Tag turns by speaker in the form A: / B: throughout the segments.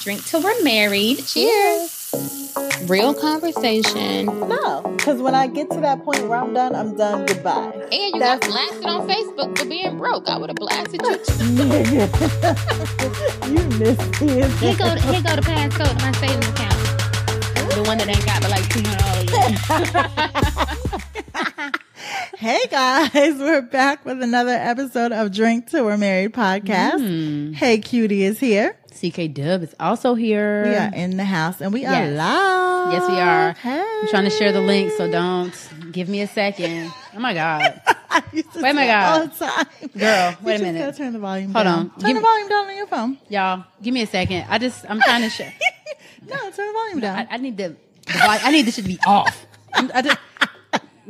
A: Drink till we're married. Cheers. Real conversation.
B: No, because when I get to that point where I'm done, I'm done. Goodbye.
A: And you got blasted on Facebook for being broke. I would have blasted you.
B: Nigga. you missed him.
A: Here go, here go the passcode to my savings account. The one that ain't got but like two hundred dollars.
B: Hey guys, we're back with another episode of Drink Till We're Married podcast.
C: Mm.
B: Hey, cutie is here.
C: CK Dub is also here.
B: We are in the house and we are
C: Yes.
B: live.
C: Yes, we are.
B: Hey.
C: I'm trying to share the link, so don't give me a second. Oh my God.
B: I used to
C: Wait a
B: do
C: minute,
B: that
C: God.
B: All the time.
C: Girl,
B: You
C: wait a
B: just
C: minute.
B: gotta turn the volume
C: Hold
B: down.
C: on.
B: Turn
C: Give
B: the
C: me-
B: volume down on your phone.
C: Y'all, give me a second. I just, I'm trying to share.
B: No, turn the volume down.
C: I, I need the, the vi- I need this shit to be off. I'm- I just,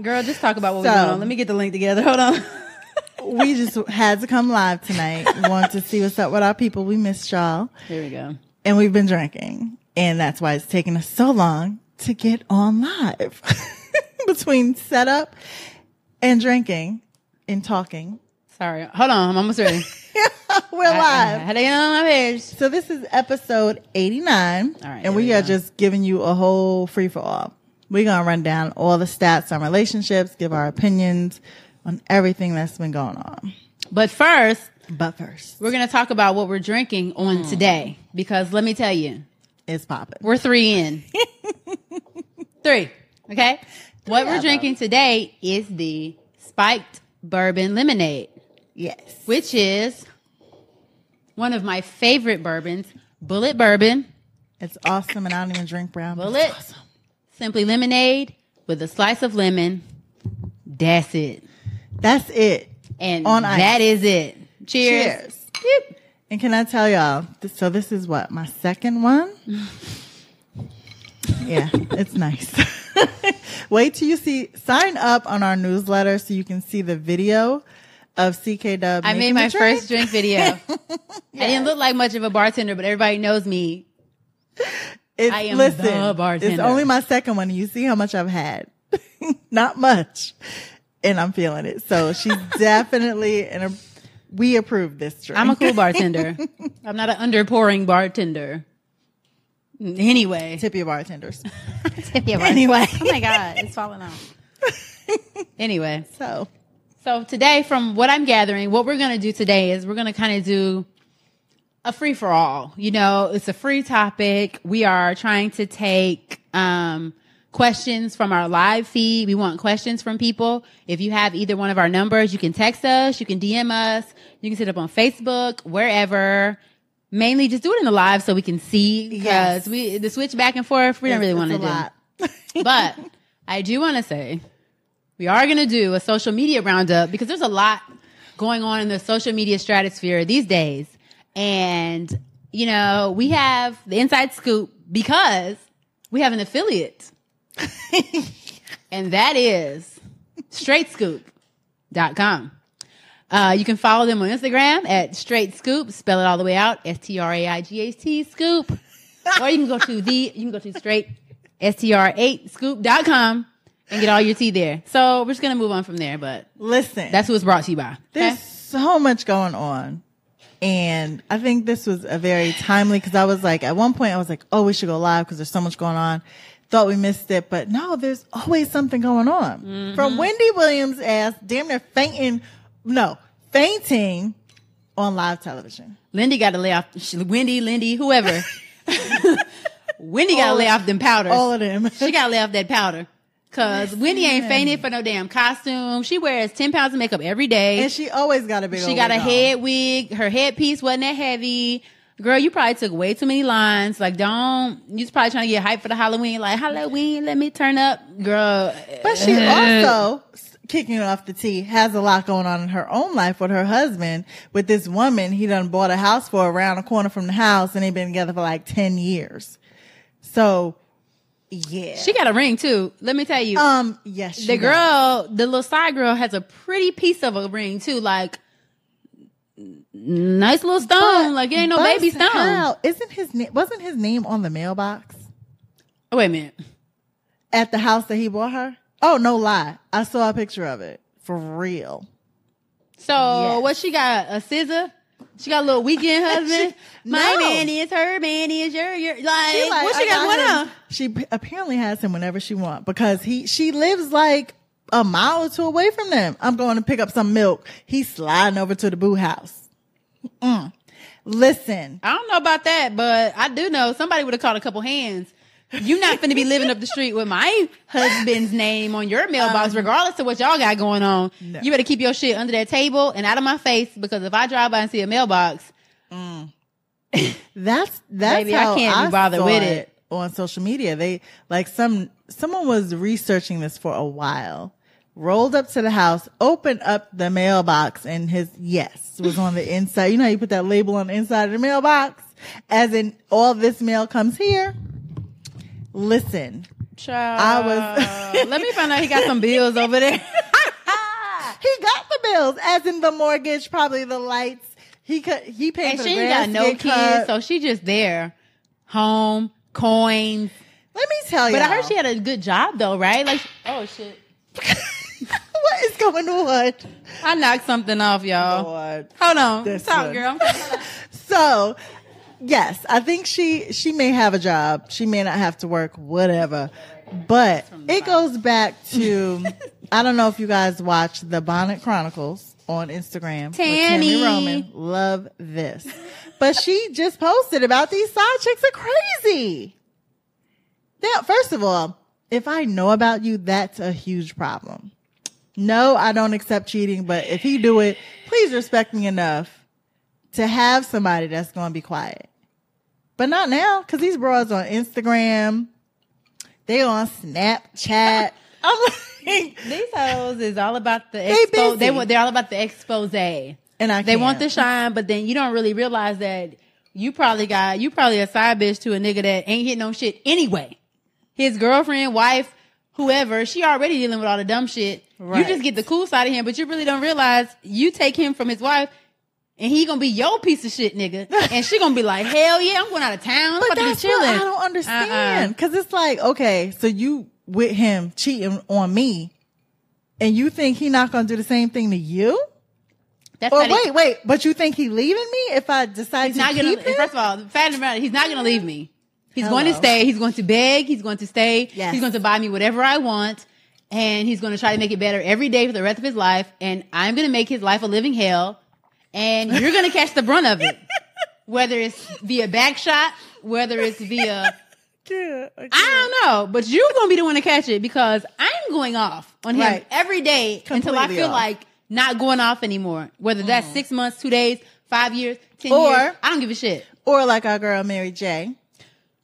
C: girl, just talk about what
B: So-
C: we're doing. Let me get the link together. Hold on.
B: we just had to come live tonight. Want to see what's up with our people. We missed y'all
C: Here we go.
B: and we've been drinking. And that's why it's taken us so long to get on live between setup and drinking and talking.
C: Sorry. Hold on. I'm almost ready.
B: We're
C: I, I
B: live.
C: had to get on my page.
B: So this is episode 89
C: All right,
B: and
C: here
B: we
C: we
B: are
C: go.
B: just giving you a whole free for all. We're going to run down all the stats on relationships, give our opinions on everything that's been going on.
C: But first,
B: But first,
C: we're going to talk about what we're drinking on
B: Hmm.
C: today. Because let me tell you,
B: it's popping.
C: We're three in. three. Okay. What
B: of
C: we're
B: 'em.
C: drinking today is the spiked bourbon lemonade,
B: Yes.
C: which is one of my favorite bourbons. Bullet bourbon,
B: It's awesome, and I don't even drink brown. but
C: Will
B: it's
C: it?
B: awesome.
C: simply lemonade with a slice of lemon. That's it.
B: That's it.
C: And
B: On ice.
C: that is it. Cheers.
B: Cheers. And can I tell y'all? th- So this is what my second one. yeah, it's nice. Wait till you see. Sign up on our newsletter so you can see the video of CK Dub.
C: I
B: making
C: made my
B: the drink.
C: first drink video. I didn't look like much of a bartender, but everybody knows me.
B: It's,
C: I am
B: listen,
C: the bartender.
B: It's only my second one. and You see how much I've had. Not much. And I'm feeling it. So she's definitely in a. We approve this drink.
C: I'm a cool bartender. I'm not an underpouring bartender. Anyway,
B: tip your bartenders.
C: anyway. Oh my god, it's falling off. anyway,
B: So
C: so today, from what I'm gathering, what we're gonna do today is we're gonna kind of do a free for all. You know, it's a free topic. We are trying to take um, questions from our live feed. We want questions from people. If you have either one of our numbers, you can text us, you can DM us, you can sit up on Facebook, wherever. Mainly, just do it in the live so we can see because
B: Yes.
C: we the switch back and forth. We don't really
B: it's
C: want to
B: a
C: do.
B: lot.
C: But I do want to say we are going to do a social media roundup because there's a lot going on in the social media stratosphere these days. And, you know, we have the inside scoop because we have an affiliate. and that is straightscoop.com. Uh, you can follow them on Instagram at Straight Scoop. Spell it all the way out: S T R A I G H T Scoop. Or you can go to the you can go to Straight S T R eight Scoop.com and get all your tea there. So we're just gonna move on from there, but
B: Listen,
C: that's what's brought to you by.
B: there's
C: Okay?
B: so much going on. And I think this was a very timely because I was like, at one point, I was like, oh, we should go live because there's so much going on. Thought we missed it, but no, there's always something going on.
C: Mm-hmm.
B: From Wendy Williams' ass, damn near fainting, no, fainting on live television.
C: Lindy got to lay off. sh- Wendy, Lindy, whoever. Wendy got to lay off them powders.
B: All of them.
C: She got to lay off that powder. Cause Wendy ain't fainted for no damn costume. She wears ten pounds of makeup every day.
B: and she always got a big
C: She
B: old
C: got a
B: wig on.
C: head wig. Her headpiece wasn't that heavy. Girl, you probably took way too many lines. Like, don't. You was probably trying to get hyped for the Halloween. Like, Halloween, let me turn up. Girl.
B: But she also, s- kicking off the tee, has a lot going on in her own life with her husband, with this woman he done bought a house for around the corner from the house and they've been together for like 10 years. So, yeah.
C: She got a ring, too. Let me tell you.
B: um, yes, she
C: the
B: does.
C: girl, the little side girl, has a pretty piece of a ring, too. Like, n- nice little stone.
B: But-
C: like, it ain't no
B: but
C: baby stone.
B: how- Isn't his name, wasn't his name on the mailbox
C: Oh, wait a minute.
B: at the house that he bought her? Oh, no lie. I saw a picture of it for real.
C: So,
B: Yes.
C: what she got? A scissor? She got a little weekend husband. My
B: no.
C: man is her man is your your like,
B: She like,
C: what she
B: I
C: got going
B: him.
C: on?
B: She p- apparently has him whenever she wants because he she lives like a mile or two away from them. I'm going to pick up some milk. He's sliding over to the boo house. Mm. Listen,
C: I don't know about that, but I do know somebody would have caught a couple hands. You're not finna be living up the street with my husband's name on your mailbox, regardless of what y'all got going on. You better keep your shit under that table and out of my face because if I drive by and see a mailbox,
B: that's that's
C: Baby, I
B: how
C: can't be bothered
B: saw
C: with it.
B: on social media. They like some someone was researching this for a while. Rolled up to the house, opened up the mailbox, and his yes was on the inside. You know how you put that label on the inside of the mailbox, as in all this mail comes here. Listen,
C: child,
B: I was-
C: let me find out he got some bills over there.
B: He got the bills, as in the mortgage, probably the lights. He could he paid
C: and
B: for
C: she
B: the
C: ain't got
B: grass
C: no
B: get
C: kids,
B: cut.
C: so she just there, home, coins.
B: Let me tell you.
C: But I heard she had a good job though, right? Like, oh shit,
B: what is going on?
C: I knocked something off, y'all.
B: Lord.
C: Hold on,
B: This
C: talk,
B: one.
C: girl.
B: So yes, I think she she may have a job. She may not have to work, whatever. But it goes back to I don't know if you guys watch the Bonnet Chronicles on Instagram. with
C: Tammy.
B: Tammy Roman. Love this. But she just posted about these side chicks are crazy. Now, first of all, if I know about you, that's a huge problem. No, I don't accept cheating, but if he do it, please respect me enough to have somebody that's going to be quiet. But not now, because these broads on Instagram, they on Snapchat. I'm like,
C: These hoes is all about the
B: They
C: expo.
B: busy.
C: They want. They're all about the expose. They
B: and I can't.
C: want the shine, but then you don't really realize that you probably got you probably a side bitch to a nigga that ain't hitting no shit anyway. His girlfriend, wife, whoever, she already dealing with all the dumb shit. You
B: Right.
C: just get the cool side of him, but you really don't realize you take him from his wife. And he gonna be your piece of shit, nigga. And she gonna be like, hell yeah, I'm going out of town. I'm
B: But
C: about
B: that's
C: to be chilling. Uh-uh.
B: what I don't understand. Because it's like, okay, so you with him cheating on me, and you think he not going to do the same thing to you?
C: That's
B: Or
C: not
B: wait,
C: even-
B: wait, but you think he leaving me if I decide
C: He's
B: to
C: not gonna.
B: keep him?
C: First of all, fact about it, he's not gonna leave me. He's
B: Hello.
C: going to stay. He's going to beg. He's going to stay.
B: Yes.
C: He's going to buy me whatever I want, and he's going to try to make it better every day for the rest of his life. And I'm going to make his life a living hell, and you're going to catch the brunt of it, whether it's via back shot, whether it's via
B: Yeah, I
C: I don't know, but you're going to be the one to catch it because I'm going off on him
B: Right.
C: every day until I
B: Completely
C: feel
B: off. Mm.
C: like not going off anymore. Whether that's six months, two days, five years, ten
B: Or-
C: years, I don't give a shit.
B: Or like our girl Mary J,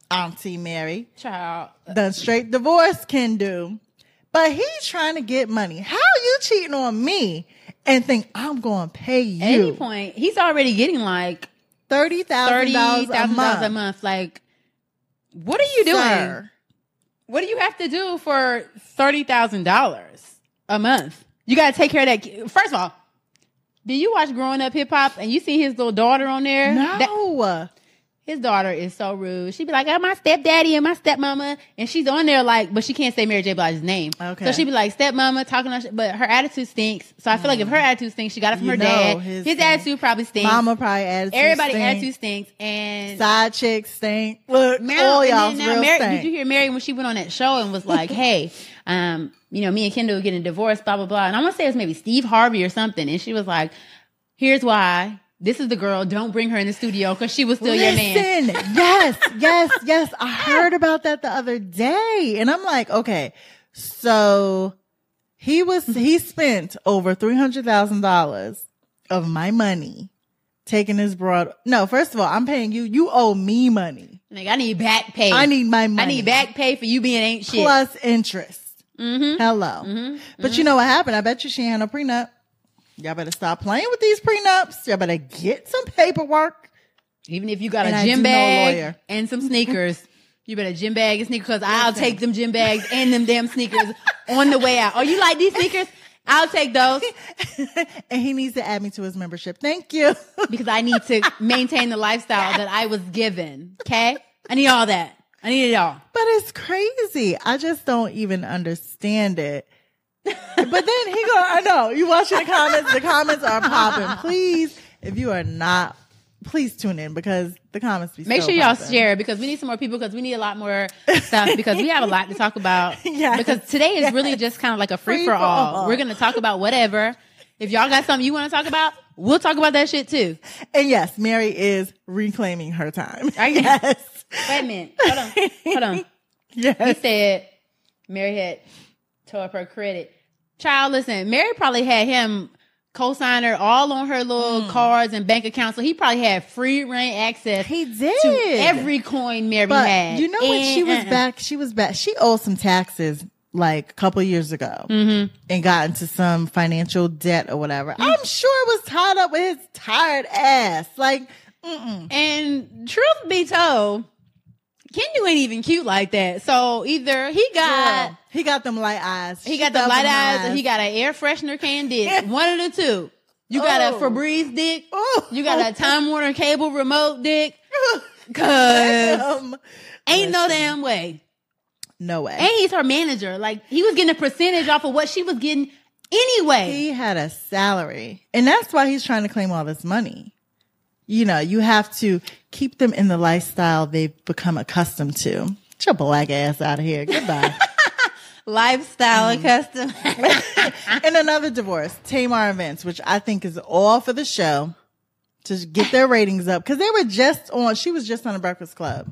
B: Auntie Mary,
C: Child.
B: done straight divorce can do. But he trying to get money. How you cheating on me and think I'm going to pay you
C: At any point, he's already getting like
B: thirty thousand
C: thirty
B: dollars a
C: thousand dollars a
B: month?
C: month. Like, what are you doing?
B: Sir.
C: What do you have to do for thirty thousand dollars a month? You got to take care of that. ki- First of all, do you watch Growing Up Hip Hop and you see his little daughter on there? That-
B: No.
C: his daughter is so rude. She'd be like, "Oh, my stepdaddy and my stepmama," and she's on there like, but she can't say Mary J. Blige's name.
B: Okay.
C: So she'd be like, "Stepmama," talking, on, but her attitude stinks. So I feel like if her attitude stinks, she got it from
B: Mm. You
C: her
B: know
C: dad. His,
B: his stink.
C: attitude probably stinks.
B: Mama probably attitude.
C: Everybody
B: stink.
C: attitude stinks, and
B: Side chicks stink. Look,
C: Meryl-
B: all
C: and then
B: y'all's
C: now
B: real
C: Mary-
B: stink.
C: Did you hear Mary when she went on that show and was like, "Hey, um, you know, me and Kendall are getting divorced, blah blah blah." And I want to say it was maybe Steve Harvey or something, and she was like, "Here's why. This is the girl. Don't bring her in the studio because she was still your man."
B: Listen, yes, yes, yes. I heard about that the other day, and I'm like, okay, so he was he spent over three hundred thousand dollars of my money taking his broad. No, first of all, I'm paying you. You owe me money.
C: Like, I need back pay.
B: I need my money.
C: I need back pay for you being ain't shit.
B: plus interest.
C: Mhm.
B: Hello, but you know what happened? I bet you she ain't had no prenup. Y'all better stop playing with these prenups. Y'all better get some paperwork.
C: Even if you got
B: And
C: a
B: I
C: gym
B: do know a
C: bag
B: lawyer.
C: and some sneakers, you better gym bag and sneakers because I'll take them gym bags and them damn sneakers on the way out. Oh, you like these sneakers? I'll take those.
B: and he needs to add me to his membership. Thank you.
C: because I need to maintain the lifestyle that I was given. Okay. I need all that. I need it all.
B: But it's crazy. I just don't even understand it. but then he go, I know you watching the comments. The comments are popping. Please If you are not, please tune in because the comments be.
C: Make
B: so
C: sure y'all
B: poppin'.
C: share because we need some more people because we need a lot more stuff because we have a lot to talk about.
B: Yes.
C: Because today is really just kind of like a free for all.
B: all.
C: We're gonna talk about whatever. If y'all got something you want to talk about, we'll talk about that shit too.
B: And yes, Mary is reclaiming her time.
C: Are you-
B: yes,
C: Wait a minute. Hold on. Hold on. He
B: yes.
C: said Mary had tore up her credit. Child, listen, Mary probably had him co-signer all on her
B: Hmm.
C: little cards and bank accounts. So he probably had free reign access
B: He did
C: to every coin Mary
B: But
C: had.
B: you know when she was
C: And- uh-uh.
B: back, she was back. She owed some taxes like a couple years ago
C: Mm-hmm.
B: and got into some financial debt or
C: Mm.
B: whatever. I'm sure it was tied up with his tired ass. Like, mm-mm.
C: And truth be told, Kendu ain't even cute like that. So either he got
B: Girl, he got them light eyes.
C: he
B: She
C: got the light
B: them
C: eyes or he got an air freshener can dick. One of the two. You got a
B: Oh.
C: Febreze dick.
B: Ooh.
C: You got a Time Warner cable remote dick. Cause
B: oh, Um,
C: Ain't no damn way.
B: no way.
C: And he's her manager. Like he was getting a percentage off of what she was getting anyway.
B: He had a salary, and that's why he's trying to claim all this money. You know, you have to keep them in the lifestyle they've become accustomed to. Get your black ass out of here. Goodbye.
C: Lifestyle custom.
B: and another divorce, Tamar and Vince, which I think is all for the show to get their ratings up because they were just on. She was just on the Breakfast Club.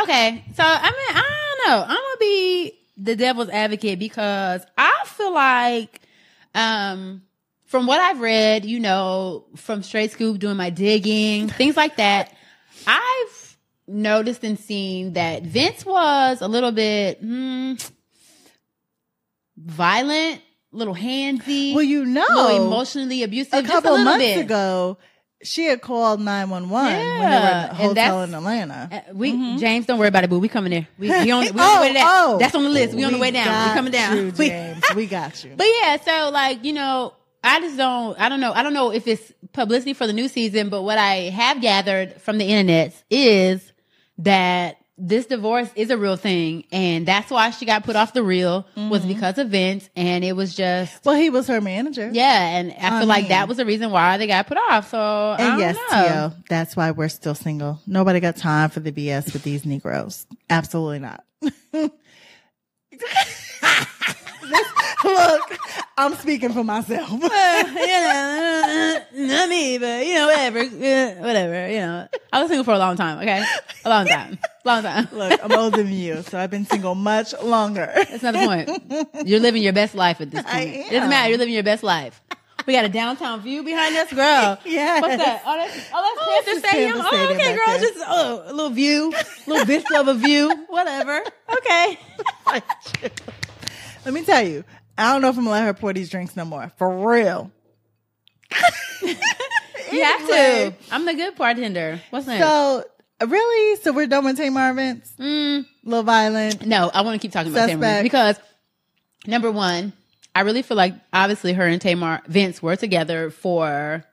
C: okay. So I mean, I don't know. I'm gonna be the devil's advocate because I feel like um from what I've read, you know, from Straight Scoop doing my digging, things like that, I've noticed and seen that Vince was a little bit hmm, violent, little handsy.
B: Well, you know,
C: little emotionally abusive.
B: a
C: just a
B: couple
C: little
B: months
C: bit.
B: ago, she had called nine one one when they were
C: Yeah,
B: in a
C: and
B: hotel
C: that's-
B: in Atlanta.
C: Uh, We James, don't worry about it, boo. We coming there. We, we on, we on the
B: Mm-hmm. Oh,
C: way down.
B: oh.
C: That's on the list. We on the way down. We
B: got
C: coming down.
B: You,
C: We-
B: James. we got you.
C: but yeah, so like you know, I just don't. I don't know. I don't know if it's publicity for the new season, but what I have gathered from the internet is that this divorce is a real thing, and that's why she got put off the reel was
B: Mm-hmm.
C: because of Vince, and it was just.
B: well, he was her manager.
C: Yeah, and I feel
B: I
C: like
B: mean-
C: that was the reason why they got put off. So I
B: And
C: don't
B: yes,
C: know.
B: Tio, that's why we're still single. Nobody got time for the BS with these Negroes. Absolutely not. Look, I'm speaking for myself.
C: you know, not me, but you know, whatever, eh, whatever. You know, I was single for a long time. Okay, a long time, long time.
B: Look, I'm older than you, so I've been single much longer.
C: That's not the point. You're living your best life at this point.
B: I
C: It doesn't
B: am.
C: matter. You're living your best life. We got a downtown view behind us, girl.
B: Yes.
C: What's that? Oh, that's, oh, that's
B: that's
C: Panther
B: just
C: Stadium.
B: Panther
C: Oh,
B: Stadium back
C: okay, girl.
B: there.
C: Just oh, a little view, little vista of a view. Whatever. Okay.
B: Let me tell you, I don't know if I'm gonna let her pour these drinks no more. For real.
C: You have to.
B: Anyway.
C: I'm the good bartender. What's next?
B: So really? So we're done with Tamar Vince?
C: Mm.
B: Little violent.
C: No, I want to keep talking about
B: Suspect.
C: Tamar because number one, I really feel like obviously her and Tamar Vince were together for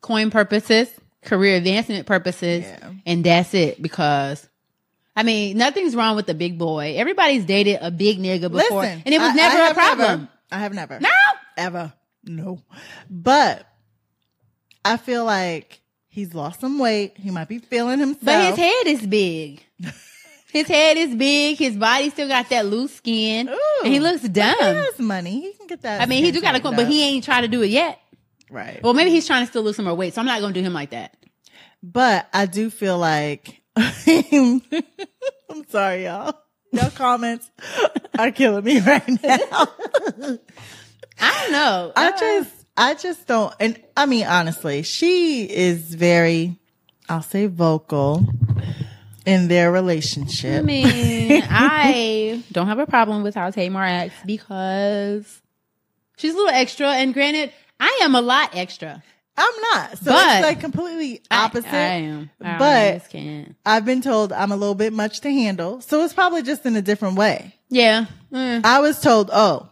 C: coin purposes, career advancement purposes,
B: Yeah.
C: and that's it. Because I mean, nothing's wrong with the big boy. Everybody's dated a big nigga before,
B: Listen,
C: and it was
B: I-
C: never
B: I
C: a
B: have
C: problem.
B: never- I have never.
C: No,
B: ever. No. But I feel like he's lost some weight. He might be feeling himself.
C: but his head is big. His head is big. His body still got that loose skin,
B: Ooh.
C: and he looks dumb.
B: He has money. He can get that.
C: I mean, he
B: skin
C: do got a
B: tightened
C: coin, but
B: up.
C: he ain't trying to do it yet.
B: right.
C: Well, maybe he's trying to still lose some more weight, so I'm not going to do him like that.
B: but I do feel like I'm sorry, y'all. Y'all comments are killing me right now.
C: I don't know.
B: I just, I just don't. And I mean, honestly, she is very, I'll say, vocal in their relationship.
C: I mean, I don't have a problem with how Tamar acts because she's a little extra. And granted, I am a lot extra.
B: I'm not. So
C: But-
B: it's like completely
C: I-
B: opposite.
C: I, am. I
B: but-
C: just can't.
B: I've been told I'm a little bit much to handle. So it's probably just in a different way.
C: Yeah. Mm.
B: I was told, oh,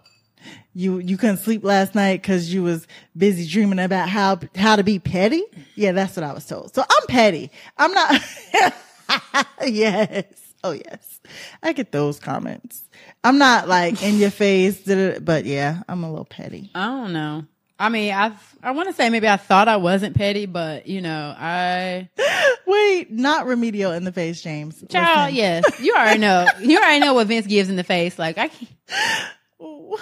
B: you, you couldn't sleep last night because you was busy dreaming about how, how to be petty. Yeah, that's what I was told. So I'm petty. I'm not. yes. Oh, yes. I get those comments. I'm not like in your face, da-da-da, but yeah, I'm a little petty.
C: I don't know. I mean, I I want to say maybe I thought I wasn't petty, but you know, I
B: Wait, not remedial in the face, James.
C: child.
B: Listen.
C: Yes, you already know. You already know what Vince gives in the face. Like I, can't,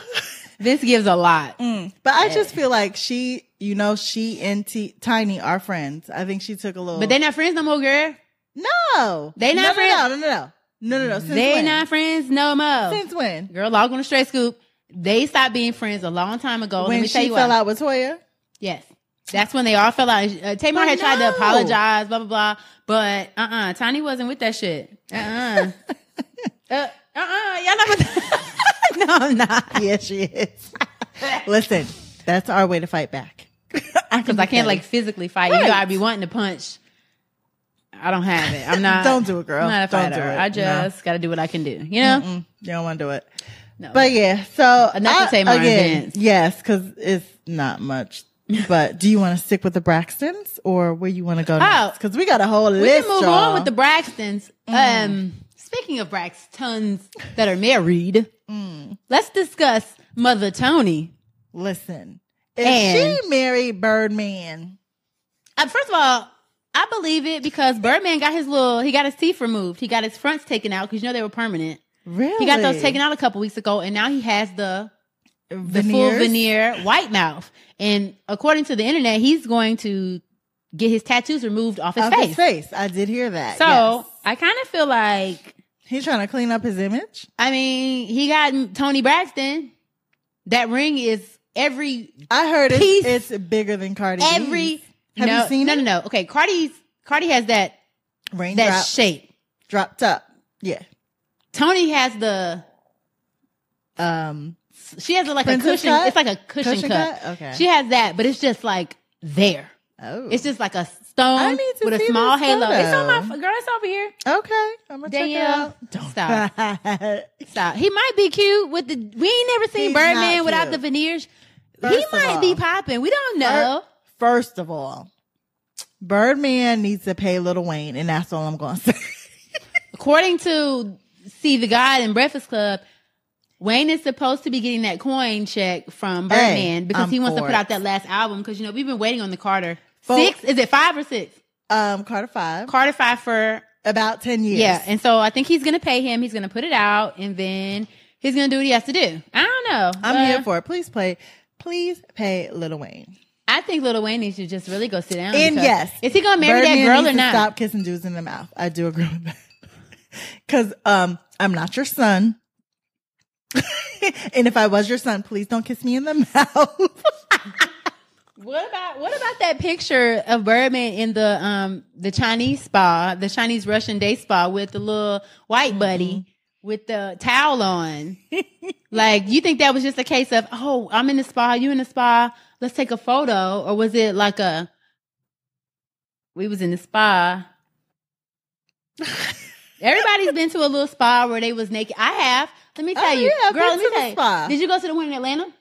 C: Vince gives a lot.
B: But I just feel like she, you know, she and T- Tiny are friends. I think she took a little.
C: But they not friends no more, girl.
B: no,
C: They not
B: no, no,
C: friends?
B: No, no, no, no, no, no. no. Since
C: they
B: when?
C: not friends no more.
B: Since when?
C: girl, log on the straight scoop. They stopped being friends a long time ago. Let
B: when
C: me tell
B: she
C: you
B: fell
C: why.
B: out with Toya.
C: Yes. That's when they all fell out. Uh, Tamar
B: But
C: had tried
B: no.
C: to apologize, blah, blah, blah. But uh uh Tiny wasn't with that shit. Uh-uh. uh uh. Uh uh. Y'all not with No, I'm not.
B: Yes, she is. Listen, that's our way to fight back.
C: Because I can't like physically fight
B: Right.
C: you. I'd be wanting to punch. I don't have it. I'm not.
B: Don't do it, girl.
C: I'm not a
B: Don't
C: fighter.
B: do it.
C: I
B: No.
C: just got to do what I can do. You know?
B: Mm, you don't want to do it.
C: No.
B: But yeah, so
C: Enough to
B: I-
C: say my
B: again,
C: events.
B: Yes, because it's not much. But do you want to stick with the Braxtons or where you want to go next? Because we got a whole
C: Oh. we
B: list.
C: can move
B: y'all.
C: on with the Braxtons. Um, speaking of Braxtons that are married, let's discuss Mother Tony.
B: Listen, if
C: And-
B: she married Birdman,
C: Uh, first of all, I believe it because Birdman got his little, he got his teeth removed. He got his fronts taken out because you know they were permanent.
B: really,
C: He got those taken out a couple weeks ago and now he has the, the full
B: Veneers?
C: veneer white mouth. And according to the internet, he's going to get his tattoos removed off his
B: off
C: face.
B: his face. I did hear that.
C: So
B: yes.
C: I kind of feel like,
B: he's trying to clean up his image.
C: I mean, he got Tony Braxton. That ring is every
B: I heard
C: Peace.
B: it's, it's bigger than Cardi. B's.
C: every.
B: Have you
C: no,
B: seen
C: no,
B: it?
C: No, no, Okay, Cardi's Cardi has that that
B: raindrop
C: shape.
B: dropped up. Yeah,
C: Tony has the
B: um,
C: she has like a
B: Princess
C: cushion.
B: cut?
C: It's like a cushion,
B: cushion
C: cut.
B: cut. Okay,
C: She has that, but it's just like there.
B: oh,
C: It's just like a
B: I
C: stone
B: need to
C: with a
B: see
C: small
B: this
C: halo. It's on my
B: photo.
C: f- girl. It's over here.
B: okay. I'm gonna check it
C: Danielle,
B: out. Don't
C: stop. Stop. He might be cute with the. We ain't never seen
B: He's not
C: Birdman
B: cute.
C: without the veneers. he
B: First of
C: might be
B: all,
C: popping. We don't know.
B: First of all, Birdman needs to pay Little Wayne, and that's all I'm gonna say.
C: According to See the God in Breakfast Club, Wayne is supposed to be getting that coin check from
B: Hey,
C: Birdman because
B: I'm
C: he wants to
B: for
C: put
B: it.
C: out that last album. Because you know we've been waiting on the Carter
B: Fol-
C: six. Is it five or six?
B: Um, Carter Five,
C: Carter five for
B: about ten years.
C: yeah. And so I think he's gonna pay him. He's gonna put it out, and then he's gonna do what he has to do. I don't know.
B: I'm
C: but
B: here for it. Please play. Please pay Little Wayne.
C: I think Little Wayne needs to just really go sit down.
B: And
C: because-
B: yes,
C: is he gonna marry
B: Birdman
C: that girl
B: needs
C: or
B: to
C: not?
B: Stop kissing dudes in the mouth. I do agree with that. Because um, I'm not your son. and if I was your son, please don't kiss me in the mouth.
C: What about what about that picture of Birdman in the um the Chinese spa, the Chinese Russian day spa with the little white buddy
B: Mm-hmm.
C: with the towel on? like you think that was just a case of oh I'm in the spa, you in the spa, let's take a photo, or was it like a we was in the spa? Everybody's been to a little spa where they was naked. I have. Let me
B: Oh,
C: tell you,
B: yeah, I've been
C: girl. Let me
B: to the
C: tell you.
B: spa.
C: Did you go to the one in Atlanta? Let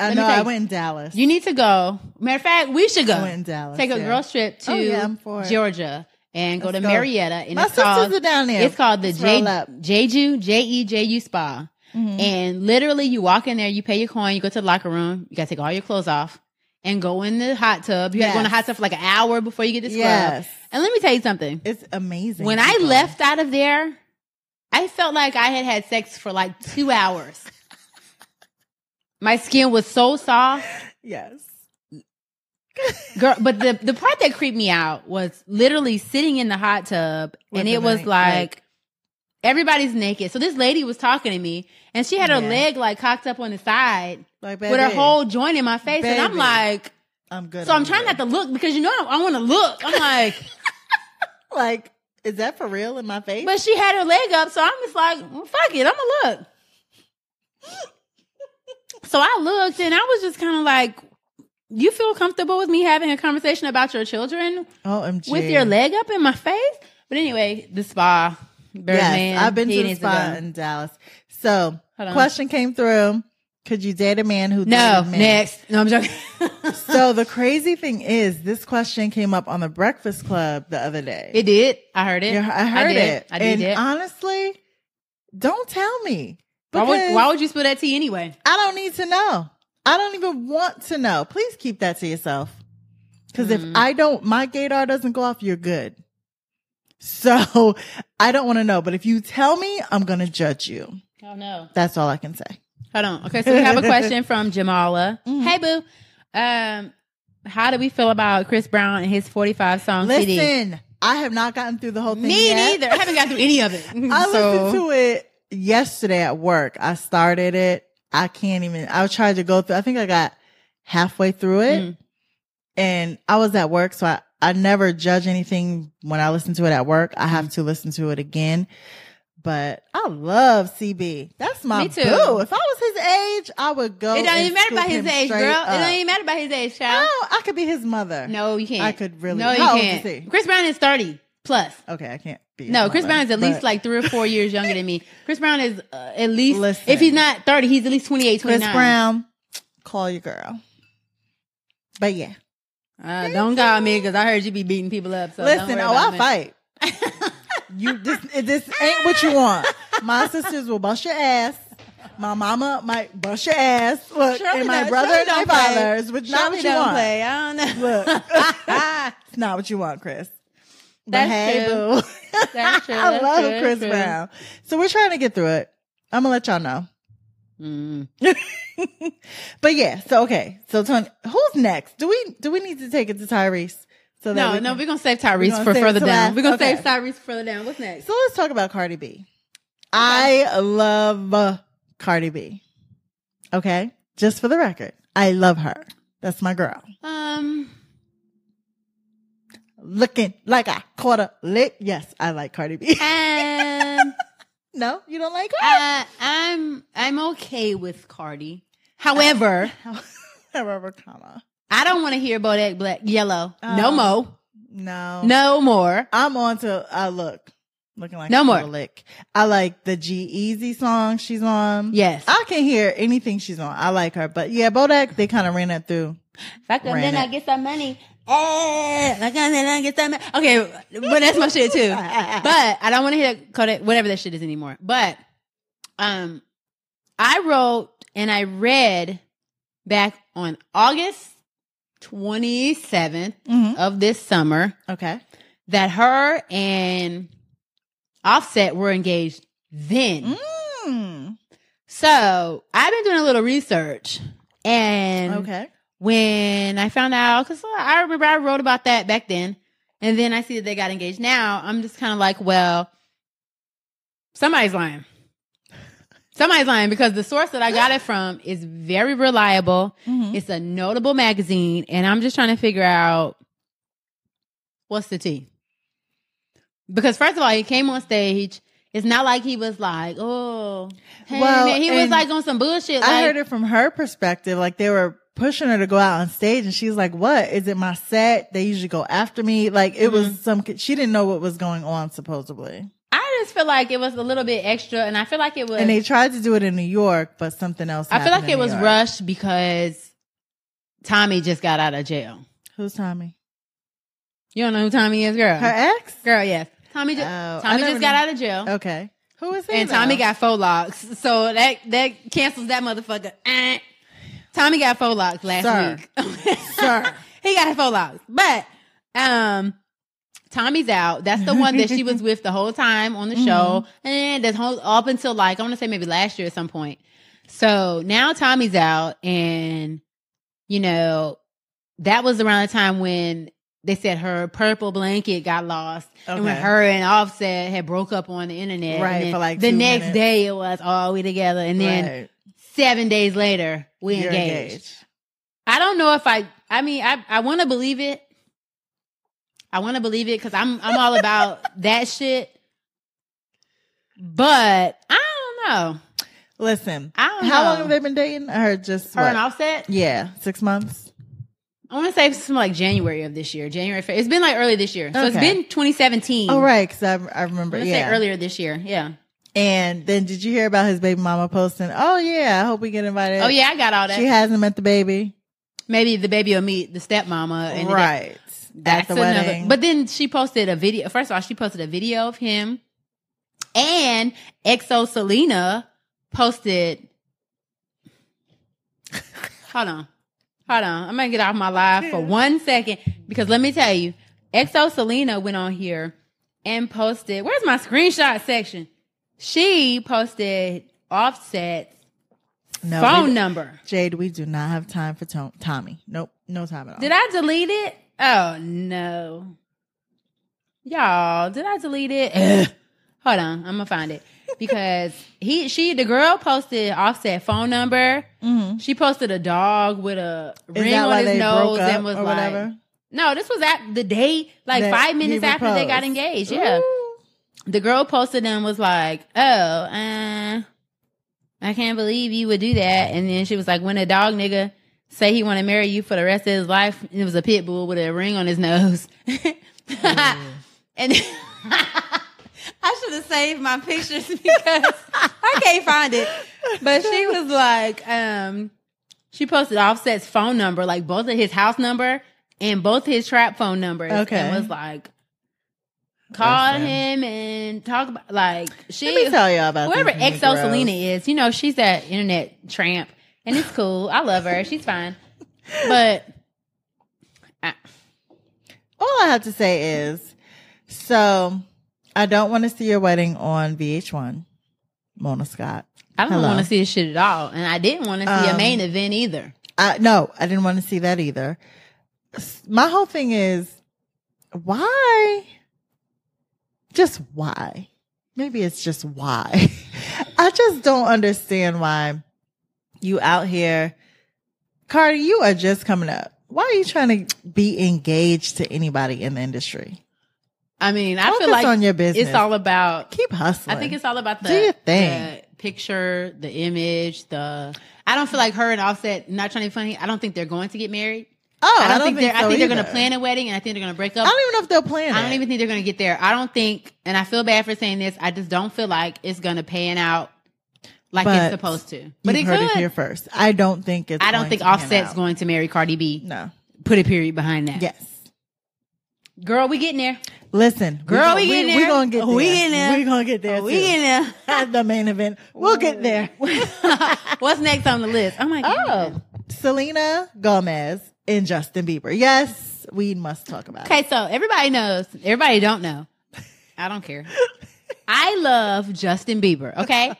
B: I
C: me
B: know.
C: tell
B: I
C: you.
B: went in Dallas.
C: You need to go. Matter of fact, we should go.
B: I went in Dallas.
C: Take a
B: yeah.
C: girls trip to
B: Oh, yeah, I'm for it.
C: Georgia and go
B: Let's
C: to
B: go.
C: Marietta. And
B: My
C: it's
B: sisters
C: called,
B: are down there.
C: It's called the
B: Let's roll
C: J-
B: up.
C: Jeju J E J U Spa.
B: Mhm.
C: And literally, you walk in there, you pay your coin, you go to the locker room, you gotta take all your clothes off, and go in the hot tub. You gotta go in the
B: Yes.
C: hot tub for like an hour before you get to scrub.
B: Yes.
C: And let me tell you something.
B: It's amazing.
C: When I left out of there, I felt like I had had sex for like two hours. My skin was so soft.
B: Yes.
C: Girl, but the the part that creeped me out was literally sitting in the hot tub,
B: With
C: and
B: the
C: it was
B: night-
C: like everybody's naked. So this lady was talking to me, and she had her
B: Yeah.
C: leg like cocked up on the side
B: Like,
C: with her
B: baby,
C: whole joint in my face, and I'm
B: Baby.
C: like,
B: I'm good.
C: so I'm
B: on
C: trying
B: that.
C: not to look because you know I, I want to look. I'm like,
B: Like, is that for real in my face?
C: but she had her leg up, so I'm just like, well, fuck it, I'm gonna look. so I looked, and I was just kind of like. You feel comfortable with me having a conversation about your children
B: Omg.
C: with your leg up in my face. But anyway, the spa, Birdman.
B: I've been
C: he
B: to the
C: needs
B: spa
C: go.
B: in Dallas. So,
C: Hold on.
B: question came through: Could you date a man who
C: No,
B: dated men?
C: next. No, I'm joking.
B: So the crazy thing is, this question came up on the Breakfast Club the other day.
C: it did. I heard it.
B: Yeah, I heard
C: did.
B: it,
C: I did
B: and
C: it.
B: honestly, don't tell me
C: why,
B: because
C: would, why would you spill that tea anyway?
B: I don't need to know. I don't even want to know. Please keep that to yourself. Because
C: Mm.
B: if I don't, my gaydar doesn't go off, you're good. So I don't want to know. But if you tell me, I'm going to judge you.
A: Oh no.
B: That's all I can say.
C: Hold on. Okay, so we have a question from Jamala.
B: Mm.
C: Hey, boo. Um, how do we feel about Chris Brown and his 45 song CD?
B: Listen, I have not gotten through the whole thing.
C: Me
B: yet.
C: neither. I haven't got through any of it.
B: I
C: so,
B: listened to it yesterday at work. I started it. I can't even. I tried to go through. I think I got halfway through it,
C: Mm.
B: and I was at work, so I I never judge anything when I listen to it at work. I
C: Mm.
B: have to listen to it again. But I love CB. That's my
C: Me too.
B: boo. If I was his age, I would go.
C: It don't
B: and
C: even matter about
B: scoop
C: his
B: him
C: age,
B: straight
C: girl. It
B: up.
C: don't even matter about his age,
B: No,
C: child.
B: I could be his mother.
C: No, you can't.
B: I could really-
C: No, you
B: How old
C: can't.
B: is he? Oh,
C: Chris Brown is 30 plus.
B: Okay, I can't be. his
C: No, Chris
B: mother,
C: Brown is at least
B: but
C: like three or four years younger than me. Chris Brown is uh, at least,
B: Listen.
C: if he's not 30, he's at least 28,
B: Chris
C: 29.
B: Brown. Call your girl. But yeah,
C: Uh, don't call me because I heard you be beating people up. So don't
B: Listen,
C: worry
B: oh,
C: about
B: I
C: me.
B: fight. you this this ain't what you want. My sisters will bust your ass. My mama might bust your ass. Look,
C: Shirley
B: and my
C: don't-
B: brother
C: Shirley
B: and my
C: don't play.
B: father is with- not
C: Shirley
B: what you
C: don't
B: want.
C: play. I don't know.
B: Look,
C: Ah,
B: it's not what you want, Chris. But
C: That's
B: hey,
C: true.
B: boo.
C: That's true,
B: I
C: that's
B: love
C: true,
B: Chris
C: true.
B: Brown. So we're trying to get through it. I'm gonna let y'all know.
C: Mm.
B: But yeah, so okay. So Tony, who's next? Do we do we need to take it to Tyrese? So that
C: No,
B: we
C: no,
B: can-
C: we're gonna save
B: We're
C: Tyrese
B: gonna
C: for
B: save it
C: further
B: to
C: down.
B: last.
C: We're gonna
B: Okay.
C: save Tyrese for further down. What's next?
B: So let's talk about Cardi B. I love uh, Cardi B. Okay? Just for the record, I love her. That's my girl.
C: Um,
B: Looking like I caught a lick. Yes, I like Cardi B.
C: um,
B: no, you don't like her?
C: uh, I'm I'm okay with Cardi. However,
B: However, comma.
C: I don't want to hear Bodak Black Yellow. no
B: Oh.
C: mo,
B: No.
C: no more.
B: I'm on to uh, look. Looking like
C: No
B: I
C: more.
B: caught a lick. I like the G Easy song she's on.
C: Yes,
B: I can hear anything she's on. I like her. But yeah, Bodak, they kind of ran that through.
C: Fuck them,
B: Ran
C: then
B: it.
C: I get some money. Eh, fuck 'em, then I get some money. Okay, but that's my shit too. But I don't want to hear that, Kodak- whatever that shit is anymore. But um, I wrote and I read back on August 27th
B: Mhm.
C: of this summer
B: Okay.
C: that her and Offset were engaged then.
B: Mm.
C: So I've been doing a little research and
B: Okay.
C: when I found out, because I remember I wrote about that back then, and then I see that they got engaged now, I'm just kind of like, well, somebody's lying. Somebody's lying because the source that I got it from is very reliable.
B: Mhm.
C: It's a notable magazine, and I'm just trying to figure out what's the tea. Because first of all, he came on stage. It's not like he was like, oh, hey,
B: Well,
C: man. he was
B: and
C: like on some bullshit.
B: I
C: like,
B: heard it from her perspective. Like they were pushing her to go out on stage, and she's like, "What is it? My set? They usually go after me." Like it
C: Mm-hmm.
B: was some. She didn't know what was going on, supposedly.
C: I just feel like it was a little bit extra, and I feel like it was.
B: And they tried to do it in New York, but something else.
C: I feel
B: happened
C: like
B: in
C: it
B: New
C: was
B: York.
C: rushed because Tommy just got out of jail.
B: Who's Tommy?
C: You don't know who Tommy is, girl.
B: Her ex.
C: girl, yes. Tommy just
B: Oh, I
C: Tommy
B: never
C: just got
B: knew.
C: out of jail,
B: Okay. Who is he?
C: and
B: though?
C: Tommy got faux locks, so that that cancels that motherfucker. Eh. Tommy got faux locks last
B: Sir.
C: week.
B: Sir.
C: he got faux locks, but um. Tommy's out. That's the one that she was with the whole time on the show, and that whole up until like I want to say maybe last year at some point. So now Tommy's out, and you know that was around the time when they said her purple blanket got lost, and when
B: Okay.
C: her and Offset had broke up on the internet. and
B: Right,
C: then
B: for, like,
C: the
B: two
C: next
B: minutes.
C: day it was all we together, and then
B: Right.
C: seven days later we
B: You're
C: engaged. I don't know if I. I mean, I I want to believe it. I want to believe it because I'm I'm all about that shit. But I don't know.
B: Listen.
C: I don't
B: How
C: know.
B: long have they been dating? I heard just
C: Her
B: what?
C: and Offset.
B: Yeah, six months.
C: I want to say it's from like January of this year. January. Fe- It's been like early this year. So it's
B: Okay.
C: been 2017.
B: Oh right, because I, I
C: I
B: remember.
C: want to
B: Yeah.
C: say earlier this year. Yeah.
B: And then did you hear about his baby mama posting? Oh yeah, I hope we get invited.
C: Oh yeah, I got all that.
B: She hasn't met the baby.
C: Maybe the baby will meet the stepmama. And
B: right.
C: That's
B: At the
C: another.
B: wedding.
C: But then she posted a video. First of all, she posted a video of him, and EXO Selena posted. Hold on. Hold on. I'm gonna get off my live for one second because let me tell you, Exo Selena went on here and posted. Where's my screenshot section? She posted Offset's
B: No,
C: phone
B: we-
C: number.
B: Jade, we do not have time for Tom- Tommy. Nope, no time at all.
C: Did I delete it? Oh no. Y'all, did I delete it? Ugh. Hold on, I'm gonna find it. Because he she the girl posted offset phone number.
B: Mhm.
C: She posted a dog with a
B: Is
C: ring
B: that why
C: on his
B: they
C: nose
B: broke up
C: and was
B: or
C: like
B: whatever?
C: No, this was at the day, like
B: That
C: five
B: he
C: minutes after they got
B: proposed.
C: engaged. Yeah.
B: Ooh.
C: The girl posted and was like, Oh, uh, I can't believe you would do that. And then she was like, When a dog nigga say he wanna marry you for the rest of his life, and it was a pit bull with a ring on his nose. and I should have saved my pictures because I can't find it. But she was like, um, she posted Offset's phone number, like both of his house number and both his trap phone numbers.
B: Okay.
C: And was like, call
B: Listen.
C: him and talk about, like, she,
B: Let me tell y'all about
C: whoever
B: these
C: Exo
B: Negroes.
C: Selena is, you know, she's that internet tramp and it's cool. I love her. She's fine. But
B: All I have to say is, so I don't want to see your wedding on VH1, Mona Scott.
C: I don't
B: Hello.
C: want to see this shit at all. And I didn't want to see a
B: Um,
C: main event either.
B: I, no, I didn't want to see that either. S- My whole thing is, why? Just why? Maybe it's just why. I just don't understand why you out here, Cardi. You are just coming up. Why are you trying to be engaged to anybody in the industry?
C: I mean, I
B: Focus
C: feel like
B: on your business.
C: it's all about
B: Keep hustling.
C: I think it's all about the,
B: Do your thing.
C: the picture, the image, the. I don't feel like her and Offset. Not trying to be funny. I don't think they're going to get married.
B: Oh,
C: I, don't think, they're. I
B: so
C: think they're going
B: either.
C: to plan a wedding, and I think they're going to break
B: I
C: up.
B: don't even know if they'll plan.
C: I don't even think they're going to get there. I don't think, and I feel bad for saying this. I just don't feel like it's going to pan out like
B: But
C: it's supposed to.
B: But
C: But
B: you
C: it
B: heard
C: could.
B: it here first. I don't think it's.
C: I don't
B: going
C: think
B: to pan
C: Offset's
B: out.
C: going to marry Cardi B.
B: No.
C: Put a period behind that.
B: Yes.
C: Girl, we getting there.
B: Listen,
C: Girl, we getting
B: We,
C: there.
B: gonna get there.
C: We getting there.
B: We gonna get there.
C: we
B: too.
C: getting there.
B: At the main event, we'll get there.
C: What's next on the list? Oh my god.
B: Oh, Selena Gomez and Justin Bieber. Yes, we must talk about it.
C: Okay, so everybody knows. Everybody don't know. I don't care. I love Justin Bieber. Okay,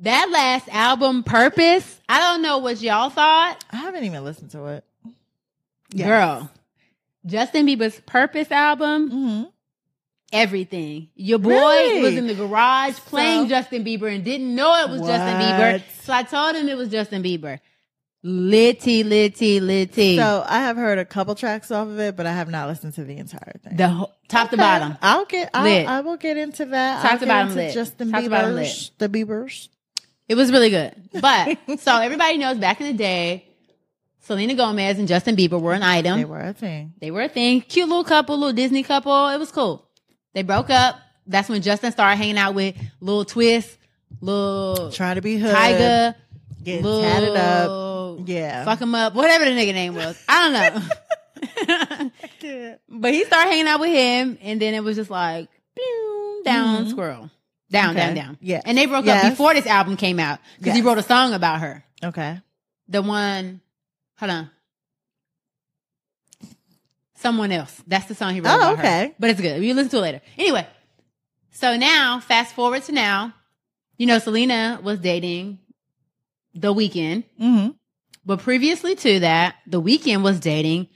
C: that last album, Purpose. I don't know what y'all thought,
B: I haven't even listened to it. Yes.
C: girl. Justin Bieber's Purpose album,
B: Mhm.
C: everything. Your boy
B: Really?
C: was in the garage playing
B: So-
C: Justin Bieber and didn't know it was Justin Bieber.
B: What?
C: So I told him it was Justin Bieber. Litty, litty, litty.
B: So I have heard a couple tracks off of it, but I have not listened to the entire thing.
C: the whole, top to bottom.
B: I'll get. I'll,
C: Lit.
B: I will get into that.
C: Top
B: I'll
C: to
B: get
C: bottom
B: into
C: lit.
B: Justin
C: Top to bottom
B: Bieber's. The Bieber's.
C: It was really good. But so everybody knows back in the day, Selena Gomez and Justin Bieber were an item.
B: They were a thing.
C: They were a thing. Cute little couple, little Disney couple. It was cool. They broke up. That's when Justin started hanging out with Lil Twist, Lil
B: Try to be hood.
C: Tyga,
B: Getting
C: Lil
B: tatted up. Yeah.
C: Fuck him up, whatever the nigga name was. I don't know. But he started hanging out with him, and then it was just like boom, down squirrel, down,
B: Mm-hmm. Okay.
C: down, down.
B: Yes.
C: and they broke up
B: Yes.
C: before this album came out because he
B: Yes.
C: wrote a song about her.
B: Okay.
C: The one, hold on, someone else. That's the song he wrote.
B: Oh,
C: about her.
B: okay.
C: but it's good. You listen to it later. Anyway, so now fast forward to now, you know, Selena was dating the weekend,
B: Mm-hmm.
C: but previously to that, the weekend was dating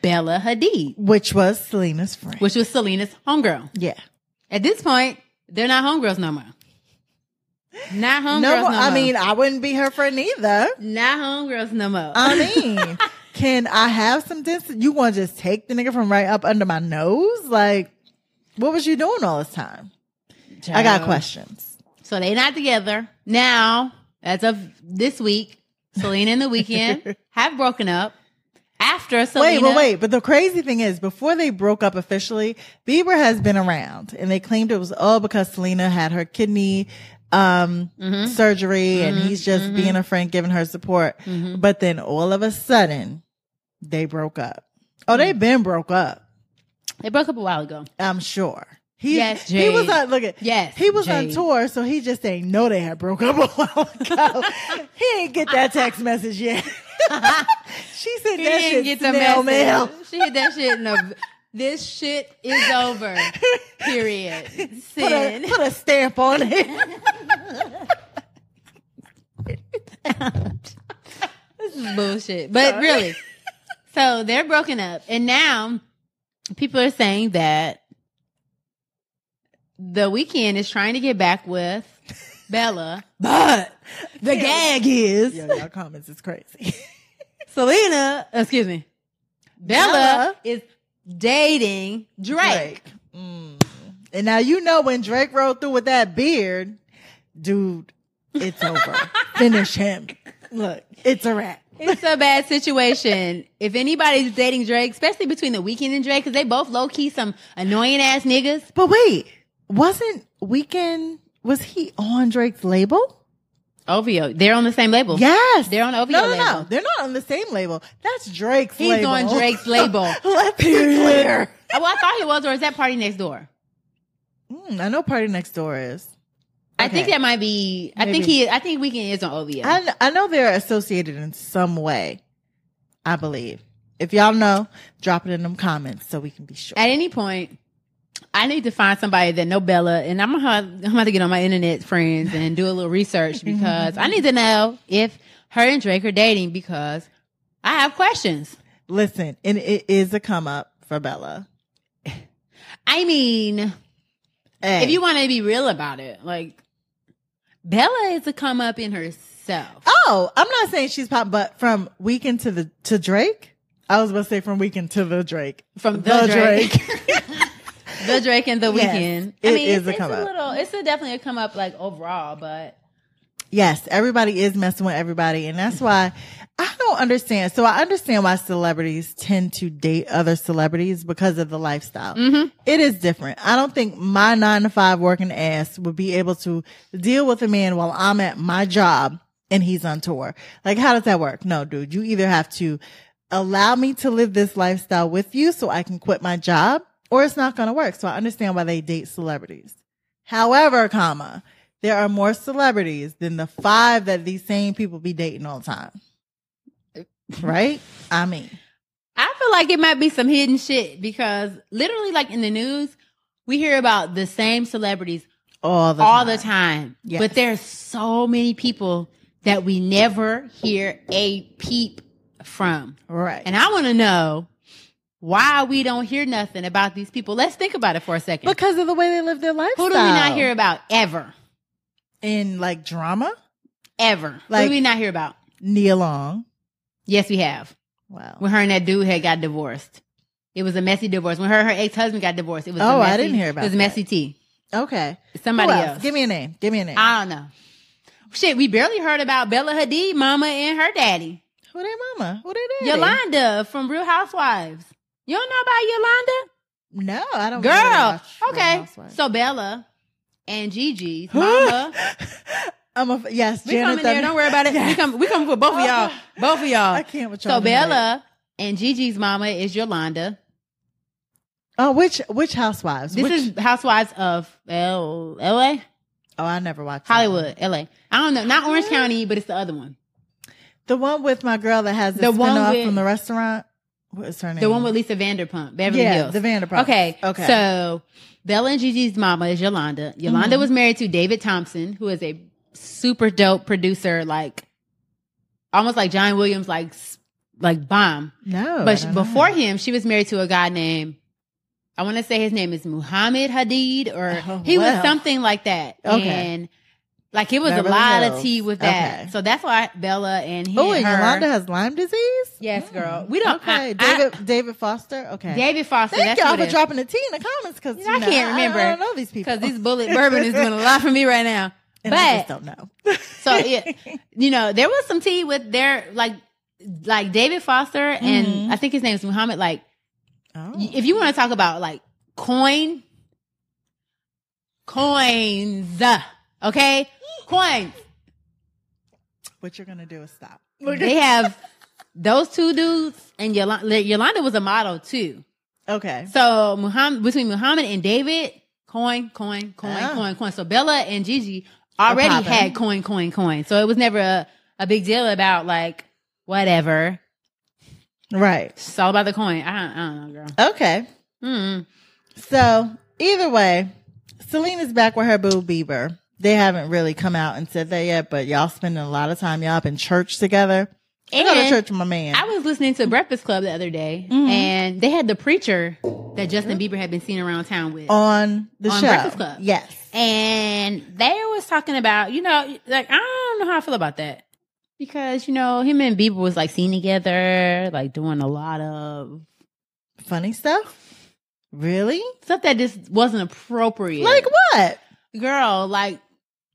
C: Bella Hadid.
B: Which was Selena's friend.
C: Which was Selena's homegirl.
B: yeah.
C: At this point, they're not homegirls no more. Not homegirls no,
B: No,
C: more.
B: I mean, I wouldn't be her friend either.
C: not homegirls no more.
B: I mean, can I have some distance? You want to just take the nigga from right up under my nose? Like, what was you doing all this time? I got questions.
C: So they not together now. As of this week, Selena and the Weekend have broken up. After
B: Wait,
C: Selena,
B: but wait. But the crazy thing is, before they broke up officially, Bieber has been around, and they claimed it was all because Selena had her kidney um
C: Mm-hmm.
B: surgery, and he's just being a friend, giving her support.
C: Mm-hmm.
B: But then all of a sudden, they broke up.
C: Mm.
B: Oh, they've been broke up.
C: they broke up a while ago.
B: I'm sure. He,
C: Yes,
B: he was
C: Jade.
B: on. Look at
C: Yes,
B: he was on
C: Jade.
B: tour, so he just ain't know they had broke up a while ago. he ain't get that text message yet. She said
C: She
B: that
C: didn't
B: shit
C: get the
B: snail
C: message.
B: mail.
C: She hit that shit in the. This shit is over. Period.
B: Put
C: Sin.
B: a, put a stamp on it.
C: bullshit. But really, so they're broken up, and now people are saying that the weekend is trying to get back with Bella, but the gag is
B: Yo, y'all comments is crazy.
C: Selena. Excuse me, Bella,
B: Bella.
C: is dating Drake.
B: Mm. And now you know when Drake rode through with that beard, dude, it's over. Finish him. Look, it's a wrap.
C: It's a bad situation. if anybody's dating Drake, especially between the weekend and Drake, because they both low key some annoying ass niggas.
B: But wait, wasn't Weekend was he on Drake's label?
C: OVO, they're on the same label.
B: Yes.
C: They're on OVO
B: no, no,
C: label.
B: no. They're not on the same label. That's Drake's
C: He's
B: label.
C: on Drake's label.
B: Let's be clear.
C: Oh, well, I thought he was, or is that Party Next Door?
B: Mm, I know Party Next Door is.
C: I think
B: Okay.
C: that might be. I think
B: Maybe.
C: he. I think Weekend is on OVO.
B: I, kn- I know they're associated in some way, I believe. If y'all know, drop it in them comments so we can be sure.
C: At any point, I need to find somebody that know Bella, and I'm gonna have, I'm about to get on my internet friends and do a little research because I need to know if her and Drake are dating because I have questions.
B: Listen, and it is a come up for Bella.
C: I mean,
B: Hey.
C: if you want to be real about it, like Bella is a come up in herself.
B: oh, I'm not saying she's pop, but from weekend to the to Drake. I was about to say from weekend to the Drake.
C: From the Drake. the Drake and the
B: Yes,
C: Weekend.
B: it
C: I mean,
B: is
C: it's,
B: a
C: it's
B: come up.
C: little. It's a definitely a come up like overall, but
B: yes, everybody is messing with everybody, and that's why I don't understand. So I understand why celebrities tend to date other celebrities because of the lifestyle. It is different. I don't think my nine to five working ass would be able to deal with a man while I'm at my job and he's on tour. Like, how does that work? No, dude, you either have to allow me to live this lifestyle with you so I can quit my job or it's not going to work. So I understand why they date celebrities. However, comma, there are more celebrities than the five that these same people be dating all the time. Right? I mean,
C: I feel like it might be some hidden shit because literally, like in the news, we hear about the same celebrities
B: all the time.
C: all the time.
B: Yes.
C: But there's so many people that we never hear a peep from.
B: Right.
C: And I want to know why we don't hear nothing about these people. Let's think about it for a second.
B: because of the way they live their lifestyle.
C: Who do we not hear about ever?
B: in like drama?
C: Ever. Who
B: Like-
C: do we not hear about?
B: Nia Long.
C: Yes, we have.
B: Wow.
C: when her and that dude had got divorced. It was a messy divorce. When her and her ex husband got divorced, it was
B: Oh,
C: a
B: I
C: messy,
B: didn't hear about
C: it was
B: that.
C: a messy tea.
B: Okay.
C: Somebody
B: Who
C: else. Uh,
B: Give me a name. Give me a name.
C: I don't know. Shit, we barely heard about Bella Hadid, Mama, and her daddy,
B: Who they mama? Who they daddy?
C: Yolanda from Real Housewives. You don't know about Yolanda,
B: No, I don't.
C: girl?
B: really watch
C: Okay,
B: Real Housewives.
C: so Bella and Gigi's mama.
B: I'm a yes.
C: We
B: Janet
C: coming there.
B: Thumb-
C: Don't worry about it. We
B: Yes.
C: come. We come for both of y'all. Both of y'all.
B: I can't with y'all.
C: So
B: tonight.
C: Bella and Gigi's mama is Yolanda.
B: Oh, which which housewives?
C: This
B: Which-
C: is Housewives of L- L.A.
B: oh, I never watched that.
C: Hollywood, LA. I don't know. Not Orange County, but it's the other one.
B: The one with my girl that has the,
C: The
B: spin
C: one
B: off
C: with-
B: from the restaurant. What is her name?
C: The one with Lisa Vanderpump, Beverly
B: yeah,
C: Hills.
B: the Vanderpump.
C: okay.
B: okay.
C: So Bella and Gigi's mama is Yolanda.
B: Mm-hmm.
C: Yolanda was married to David Thompson, who is a super dope producer, like almost like John Williams, like s- like bomb.
B: no, Oh, I
C: but she-
B: don't know.
C: before him, she was married to a guy named I want to say his name is Muhammad Hadid, or
B: Oh,
C: he was
B: wow.
C: something like that.
B: Okay.
C: And like it was
B: Beverly
C: a lot of
B: Hills.
C: tea with that.
B: Okay.
C: So that's why Bella and he
B: Oh, and
C: and her,
B: Yolanda has Lyme disease. Oh,
C: Yes, girl. We don't.
B: Okay,
C: I-
B: David David Foster.
C: I,
B: Okay,
C: David Foster.
B: Thank
C: that's
B: y'all
C: who
B: for
C: it
B: dropping the T in the comments because
C: I can't remember,
B: I, don't know these people
C: Because this bullet bourbon is doing a lot for me right now.
B: And I just don't
C: But
B: know.
C: so it, you know, there was some tea with their like, like David Foster and
B: Mhm.
C: I think his name is Muhammad. Like,
B: Oh.
C: y- if you want to talk about like coin, coins, okay, coins.
B: what you're gonna do is stop.
C: They have those two dudes, and Yolanda, Yolanda was a model too.
B: Okay.
C: So Muhammad between Muhammad and David, coin, coin, coin,
B: Ah.
C: coin, coin. So Bella and Gigi
B: Are
C: already
B: popping.
C: had coin, coin, coin. So it was never a, a big deal about like whatever.
B: Right.
C: It's all about the coin. I don't, I don't know, girl.
B: Okay.
C: Mm.
B: So either way, Selena's back with her boo Bieber. They haven't really come out and said that yet, but y'all spending a lot of time. Y'all up in church together. I go to
C: And-
B: church Mm-hmm. with my man.
C: I was listening to Breakfast Club the other day, and they had the preacher that Justin
B: Mm-hmm.
C: Bieber had been seen around town
B: Oh.
C: with.
B: on the
C: On
B: show.
C: Breakfast Club.
B: Yes.
C: And they was talking about, you know, like I don't know how I feel about that. Because, you know, him and Bieber was like seen together, like doing a lot of
B: Funny stuff? Really?
C: stuff that just wasn't appropriate.
B: Like what?
C: girl, like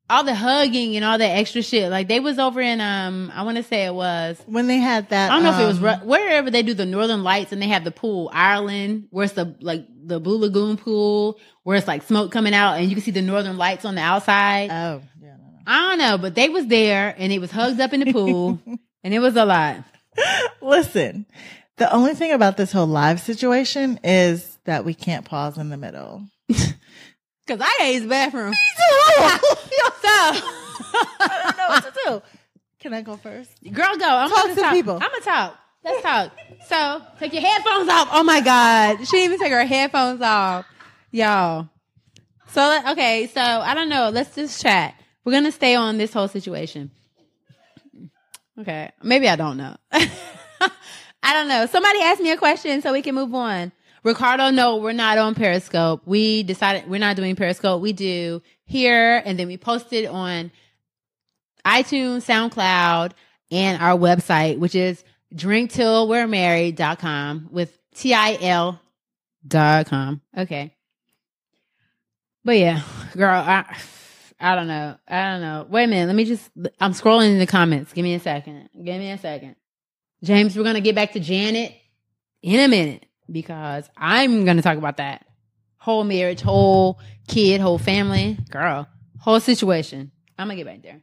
C: all the hugging and all that extra shit. Like they was over in um I wanna say it was
B: When they had that
C: I don't know if it was
B: um,
C: Ru- wherever they do the Northern Lights and they have the pool, Ireland, where it's the like the Blue Lagoon pool, where it's like smoke coming out and you can see the Northern Lights on the outside. Uh,
B: Oh, yeah, no, no.
C: I don't know, but they was there and it was hugged up in the pool and it was a lot.
B: Listen, the only thing about this whole live situation is that we can't pause in the middle.
C: Cause I hate his bathroom.
B: I don't know what to do. Can I go first?
C: Girl, go. I'm
B: Talk
C: gonna
B: to
C: talk.
B: people.
C: I'm gonna talk. Let's talk. So take your headphones off. Oh my God, she didn't even take her headphones off, y'all. So let- okay, so I don't know. Let's just chat. We're gonna stay on this whole situation. Okay, maybe I don't know. I don't know. Somebody asked me a question so we can move on. Ricardo, no, we're not on Periscope. We decided we're not doing Periscope. We do here, and then we posted on iTunes, SoundCloud, and our website, which is drinktillwe'remarried.com with T I L dot com. Okay. But yeah, girl, I I don't know. I don't know. Wait a minute. Let me just I'm scrolling in the comments. Give me a second. Give me a second. James, we're gonna get back to Janet in a minute because I'm gonna talk about that. Whole marriage, whole kid, whole family, girl, whole situation. I'm gonna get back there.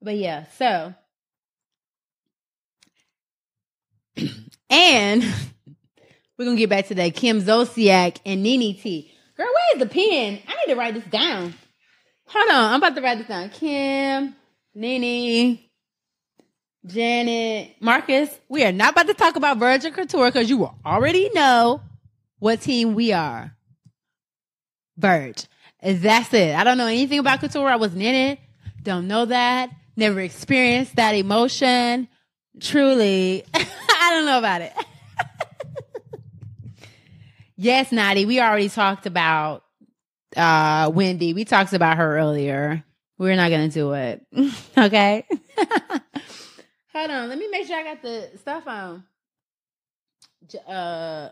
C: But yeah, so and we're gonna get back to that Kim Zosiak and Nene T. Girl, where's the pen? I need to write this down. Hold on, I'm about to write this down. Kim, Nene, Janet, Marcus. We are not about to talk about Virgin Couture because you will already know what team we are. Verge. That's it. I don't know anything about couture. I wasn't in it. Don't know that. Never experienced that emotion. Truly, I don't know about it. yes, Natty, we already talked about uh Wendy. We talked about her earlier. We're not gonna do it. okay. Hold on, let me make sure I got the stuff on. J- Uh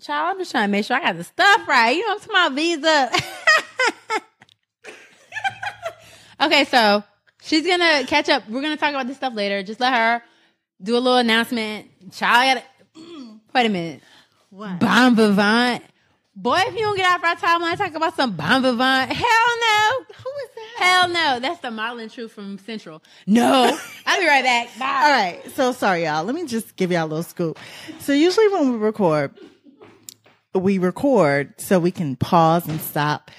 C: Child, I'm just trying to make sure I got the stuff right. You know, I'm talking about visa. okay, so she's gonna catch up. We're gonna talk about this stuff later. Just let her do a little announcement. Child, gotta, wait a minute.
B: What?
C: Bon vivant. Boy, if you don't get off our timeline, talk about some bon vivant. Hell no. Who is that? Hell no. That's the modeling truth from Central. No. I'll be right back. Bye.
B: All right. So sorry, y'all. Let me just give y'all a little scoop. So usually when we record, we record so we can pause and stop.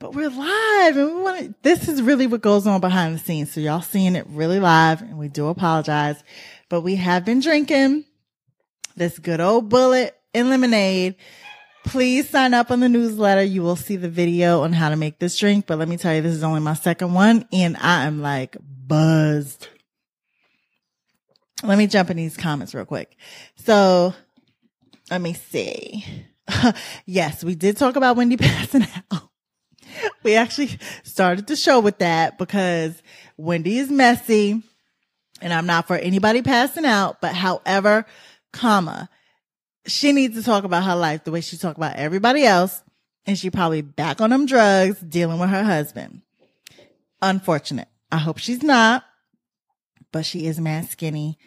B: But we're live and we want to, this is really what goes on behind the scenes. So y'all seeing it really live and we do apologize, but we have been drinking this good old bullet and lemonade. Please sign up on the newsletter. You will see the video on how to make this drink. But let me tell you, this is only my second one and I am like buzzed. Let me jump in these comments real quick. So let me see. yes, we did talk about Wendy passing out. We actually started the show with that because Wendy is messy and I'm not for anybody passing out, but however, comma, she needs to talk about her life the way she talked about everybody else. And she probably back on them drugs dealing with her husband. Unfortunate. I hope she's not but she is mad skinny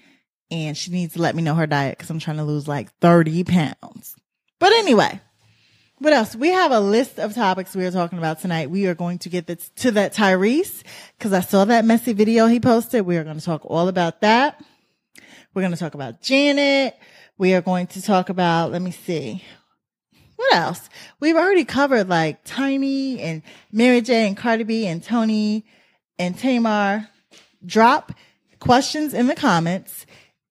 B: and she needs to let me know her diet because I'm trying to lose like 30 pounds. But anyway, what else? We have a list of topics we are talking about tonight. We are going to get this, to that Tyrese because I saw that messy video he posted. We are going to talk all about that. We're going to talk about Janet. We are going to talk about, let me see. What else? We've already covered like Tiny and Mary J and Cardi B and Tony and Tamar drop questions in the comments,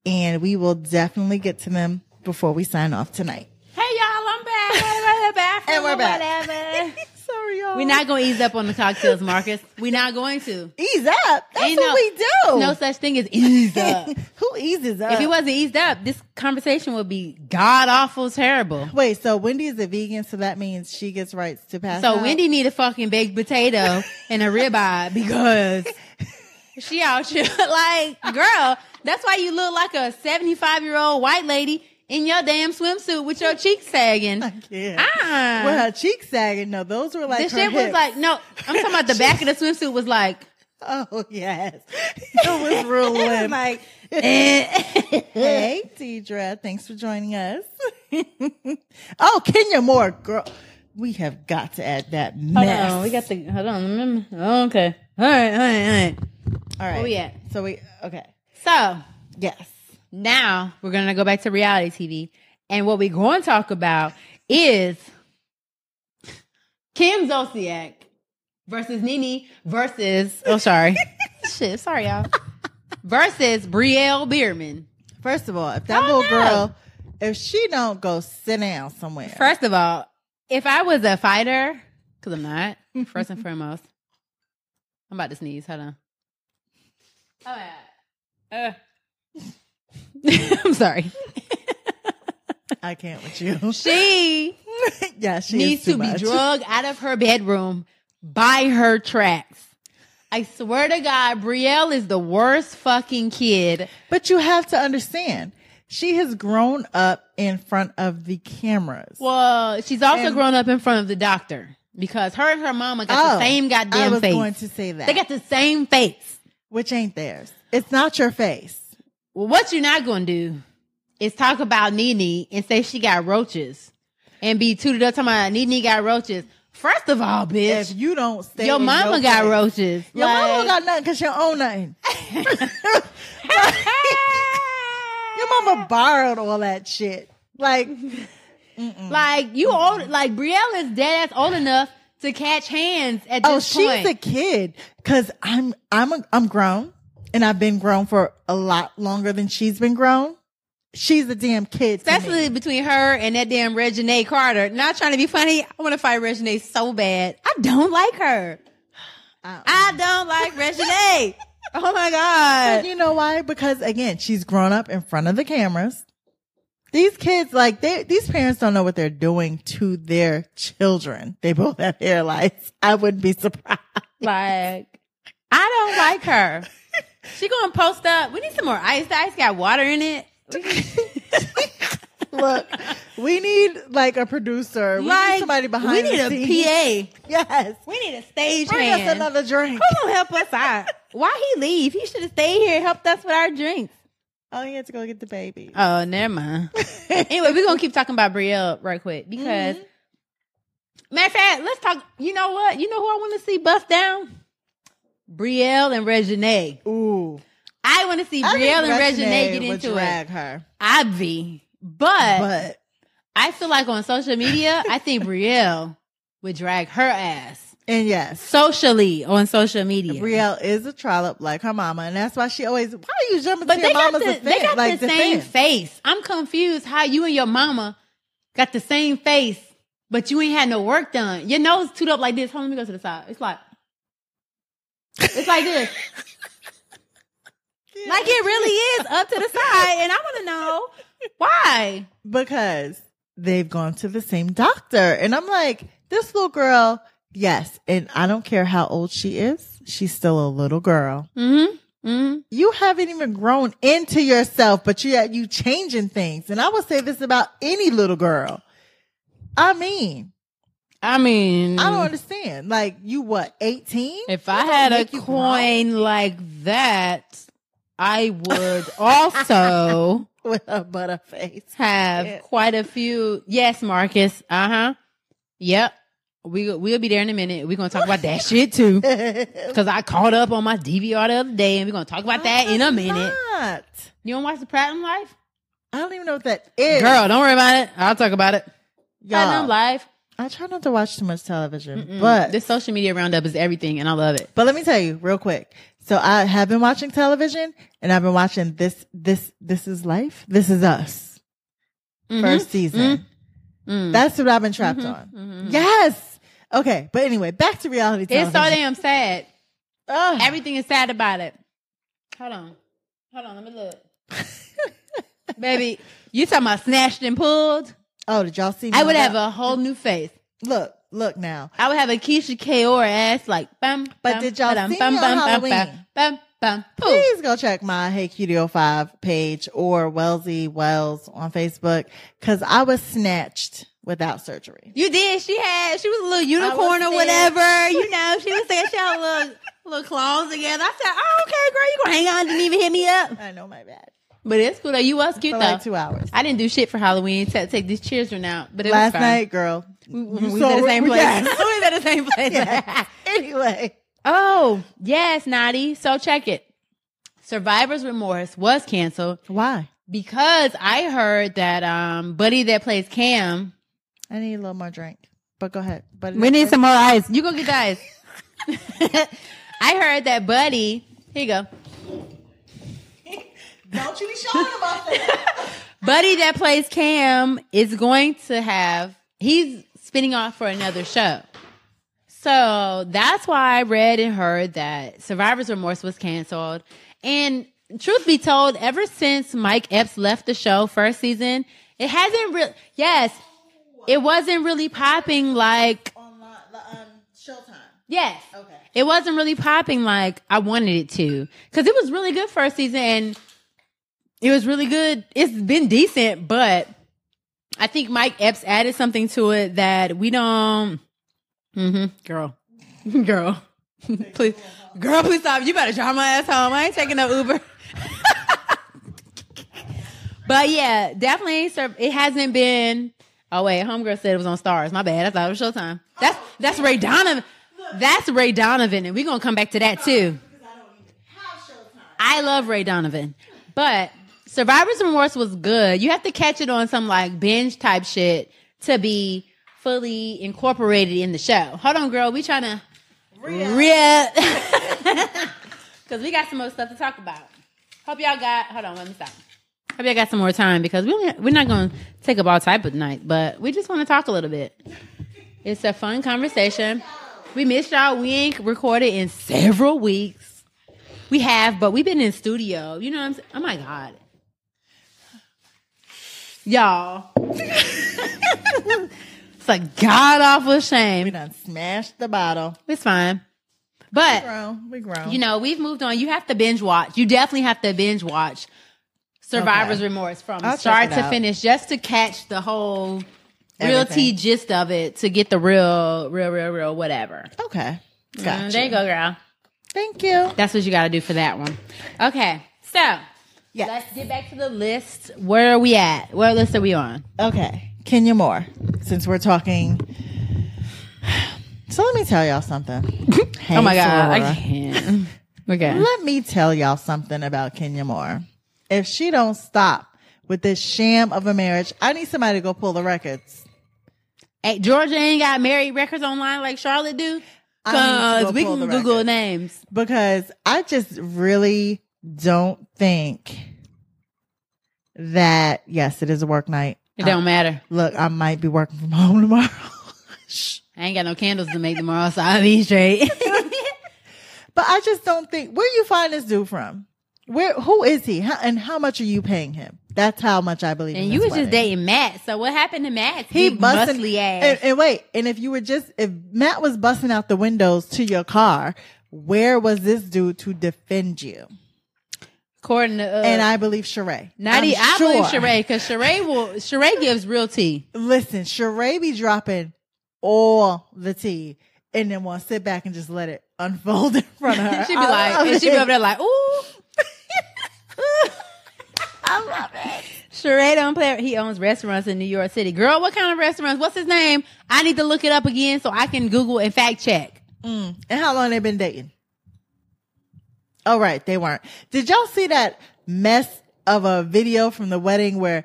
B: and we will definitely get to them before we sign off tonight.
C: Hey y'all, I'm back. We're in the bathroom
B: And we're
C: or
B: back.
C: Oh, Whatever.
B: Sorry, y'all.
C: We're not going to ease up on the cocktails, Marcus. We're not going to.
B: ease up. That's
C: Ain't
B: what
C: no-
B: we do.
C: No such thing as ease up.
B: Who eases up?
C: if it wasn't eased up, this conversation would be god awful terrible.
B: Wait, so Wendy is a vegan, so that means she gets rights to pass.
C: So
B: out?
C: Wendy need a fucking baked potato and a ribeye because she out here like girl. That's why you look like a seventy five year old white lady in your damn swimsuit with your cheeks sagging.
B: yeah.
C: Ah,
B: With her cheeks sagging. No, those were like
C: the
B: her
C: shit was
B: hips.
C: like no. I'm talking about the back of the swimsuit was like
B: Oh yes, it was real
C: it was
B: limp.
C: like eh.
B: hey, Deidre, thanks for joining us. oh, Kenya Moore, girl, we have got to add that
C: hold
B: mess.
C: on. We got the hold on. Remember? Oh, okay. All right. All right. All right.
B: All right,
C: where we at?
B: So we okay.
C: So
B: Yes.
C: now we're gonna go back to reality TV, and what we're going to talk about is Kim Zolciak versus Nene versus oh sorry, shit, sorry y'all, versus Brielle Bierman.
B: First of all, if that
C: Oh,
B: little
C: no.
B: girl, if she don't go sit down somewhere,
C: First of all, if I was a fighter, because I'm not, first and foremost, I'm about to sneeze. Hold on. Oh, yeah. Uh. I'm sorry.
B: I can't with you.
C: She
B: yeah, she is
C: needs
B: too
C: to
B: much.
C: be drugged out of her bedroom by her tracks. I swear to God, Brielle is the worst fucking kid.
B: But you have to understand, she has grown up in front of the cameras.
C: Well, she's also
B: And-
C: grown up in front of the doctor because her and her mama got
B: Oh,
C: the same
B: I
C: goddamn
B: was
C: face.
B: going to say that,
C: they got the same face.
B: which ain't theirs. It's not your face.
C: Well, what you're not going to do is talk about Nene and say she got roaches and be tooted up talking about Nene got roaches. First of all,
B: If
C: bitch,
B: you don't stay,
C: your
B: in
C: mama
B: your
C: got
B: place-
C: roaches.
B: Your mama
C: Like-
B: don't got nothing because she don't own nothing. Your mama borrowed all that shit. Like,
C: Like you old, like Brielle is dead ass old enough to catch hands at
B: oh,
C: this
B: she's
C: point.
B: a kid because I'm I'm a, I'm grown and I've been grown for a lot longer than she's been grown. She's a damn kid. to me.
C: Especially between her and that damn Regine Carter. Not trying to be funny. I want to fight Regine so bad. I don't like her.
B: I-
C: I don't like Regine. Oh my god.
B: And you know why? Because again, she's grown up in front of the cameras. These kids, like they, these parents don't know what they're doing to their children. They both have hair lights. I wouldn't be surprised.
C: Like, I don't like her. She gonna post up. We need some more ice. The ice got water in it.
B: Look, we need like a producer. We
C: like
B: need somebody behind.
C: We need
B: the
C: a
B: scenes.
C: PA.
B: Yes.
C: We need a stage
B: Bring
C: hand.
B: us another drink.
C: Come on, help us out. Why he leave? He should have stayed here and helped us with our drinks.
B: Oh, he had to go get the baby.
C: Oh, never mind. anyway, we're gonna keep talking about Brielle right quick because
B: Mm-hmm.
C: matter of fact, let's talk. You know what? You know who I want to see bust down? Brielle and Regine.
B: Ooh.
C: I want to see
B: I think
C: Brielle and Regine
B: Reginae
C: get
B: would
C: into it.
B: drag her,
C: Obvi. But,
B: but
C: I feel like on social media, I think Brielle would drag her ass
B: and yes.
C: socially on social media.
B: Brielle is a trollop like her mama, and that's why she always. Why are you jumping
C: But
B: to
C: they
B: your
C: got, the,
B: mama's
C: they
B: defense?
C: got
B: Like,
C: the same
B: defense.
C: face. I'm confused how you and your mama got the same face, but you ain't had no work done. Your nose toot up like this. Hold on, let me go to the side. It's like, it's like this. Like it really is up to the side. And I want to know why.
B: because they've gone to the same doctor. And I'm like, this little girl, yes, and I don't care how old she is, she's still a little girl.
C: Mm-hmm. Mm-hmm.
B: You haven't even grown into yourself, but you you changing things. And I would say this about any little girl. I mean,
C: I mean,
B: I don't understand. Like you what, 18?
C: Mm-hmm. If I had a
B: make you grow.
C: coin like that, I would also
B: With a butter face.
C: have
B: Yeah.
C: quite a few. Yes, Marcus. Uh huh. Yep. We we'll be there in a minute. We're gonna talk about that shit too, because I caught up on my DVR the other day, and we're gonna talk
B: Oh
C: about that in a minute.
B: Not.
C: You don't watch the Platinum Life,
B: I don't even know what that is.
C: girl? Don't worry about it. I'll talk about it. Platinum
B: Y'all,
C: Life.
B: I try not to watch too much television,
C: Mm,
B: but
C: this social media roundup is everything, and I love it.
B: But let me tell you real quick. So I have been watching television and I've been watching this, this, this is life. This is us.
C: Mm-hmm.
B: First season.
C: Mm.
B: That's what I've been trapped on. Yes. Okay. But anyway, back to reality
C: Mm-hmm. It's so
B: television.
C: damn sad.
B: Ugh.
C: Everything is sad about it. Hold on. Hold on. Let me look. Baby, you talking about snatched and pulled?
B: oh, did y'all see me?
C: I would
B: on
C: have
B: that?
C: a whole new face.
B: Look, look now.
C: I would have a Keisha Kaur ass like bum.
B: But
C: bum,
B: did y'all
C: ba-dum,
B: see
C: bum,
B: me on
C: bum, bum,
B: Halloween?
C: Bum, bum, bum, poof.
B: Please go check my Hey Cutie 05 page or Wellesley Wells on Facebook because I was snatched without surgery.
C: You did. She had. She was a little unicorn
B: was
C: or
B: there.
C: whatever. You know, she was like she had little little clones together. I said, "Oh, okay, girl, you gonna hang on? Didn't even hit me up."
B: I know my bad.
C: But it's cool though. You was cute
B: For
C: though.
B: like two hours.
C: I didn't do shit for Halloween except take these children out. But it was
B: Last
C: fine.
B: night, girl.
C: we, we
B: you
C: was
B: saw
C: at the
B: what
C: same
B: we
C: place.
B: got.
C: we was at the same place.
B: Yes. anyway.
C: Oh yes, naughty. So check it. Survivor's Remorse was canceled
B: Why?
C: because I heard that um buddy that plays Cam.
B: I need a little more drink. But go ahead. But
C: more ice. You go get the ice. I heard that buddy. Here you go.
B: Don't you be showing about that.
C: Buddy that plays Cam is going to have, he's spinning off for another show. So that's why I read and heard that Survivor's Remorse was canceled. And truth be told, ever since Mike Epps left the show first season, it hasn't really, yes, it wasn't really popping like,
B: on um, Showtime.
C: yes.
B: Okay.
C: It wasn't really popping like I wanted it to because it was really good first season and it was really good. It's been decent, but I think Mike Epps added something to it that we don't. hmm Girl, girl, please, girl, please stop. You better drive my ass home. I ain't taking no Uber. but yeah, definitely. ain't serv- It hasn't been. Oh wait, homegirl said it was on Stars. My bad. I thought it was Showtime. That's that's Ray Donovan. That's Ray Donovan, and we're gonna come back to that too. I love Ray Donovan, but Survivor's Remorse was good. You have to catch it on some like binge type shit to be fully incorporated in the show. Hold on, girl. We trying to rip because we got some more stuff to talk about. Hope y'all got. Hold on, let me stop. Hope y'all got some more time because we don't- we're not going to take up all type of night, but we just want to talk a little bit. It's a fun conversation. We missed y'all. We ain't recorded in several weeks. We have, but we've been in studio. You know what I'm saying? Oh my god, y'all! it's like god awful
B: We
C: shame.
B: done smashed the bottle.
C: It's fine, but
B: Grown. We grown.
C: you know, we've moved on. You have to binge watch. You definitely have to binge watch Survivor's
B: Okay.
C: Remorse from
B: I'll check
C: start
B: it
C: to
B: out.
C: finish just to catch the whole real
B: Everything.
C: tea gist of it to get the real, real, real, real whatever.
B: Okay.
C: Mm,
B: Gotcha.
C: there you go, girl.
B: Thank you.
C: That's what you got to do for that one. Okay, so
B: Yes.
C: let's get back to the list. Where are we at? What list are we on?
B: Okay, Kenya Moore. Since we're talking, so let me tell y'all something. Hey,
C: oh my god, I
B: Sorora.
C: can't. Okay.
B: let me tell y'all something about Kenya Moore. If she don't stop with this sham of a marriage, I need somebody to go pull the records.
C: Hey, Georgia ain't got married records online like Charlotte do.
B: I need to go
C: Cause we
B: pull
C: can
B: the
C: Google
B: records.
C: names.
B: because I just really don't think that. Yes, it is a work night. Um,
C: It don't matter.
B: Look, I might be working from home tomorrow.
C: I ain't got no candles to make tomorrow, so I'll be straight.
B: But I just don't think where you find this dude from. Where who is he? How, and how much are you paying him? That's how much I believe. in
C: and you
B: this
C: was
B: wedding.
C: just dating Matt. So what happened to Matt?
B: He busting
C: muscly ass.
B: And, and wait, and if you were just if Matt was busting out the windows to your car, where was this dude to defend you?
C: According to uh,
B: And I believe Sheree.
C: Naughty,
B: I'm
C: I believe
B: sure.
C: Sheree because Sheree will Sheree gives real tea.
B: Listen, Sheree be dropping all the tea, and then want to sit back and just let it unfold in front of her.
C: she'd be
B: Uh, I
C: like,
B: love
C: and she'd be
B: it.
C: over there like, ooh. I love it. Sheree don't play. He owns restaurants in New York City. Girl, what kind of restaurants? What's his name? I need to look it up again so I can Google and fact check.
B: "Mm."
C: "Mm."
B: And how long they been dating? Oh, right. They weren't. Did y'all see that mess of a video from the wedding where,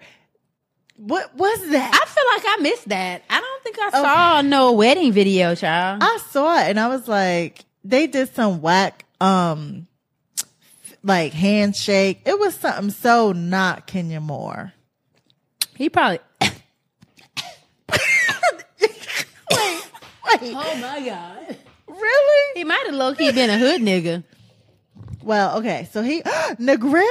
B: what was that?
C: I feel like I missed that. I don't think
B: Oh.
C: I saw no wedding video, child.
B: I saw it and I was like, they did some whack, um, like handshake. It was something so not Kenya Moore.
C: He probably.
B: Wait,
C: Oh my god.
B: really?
C: He might have low key been a hood nigga.
B: Well, okay. So he Negril.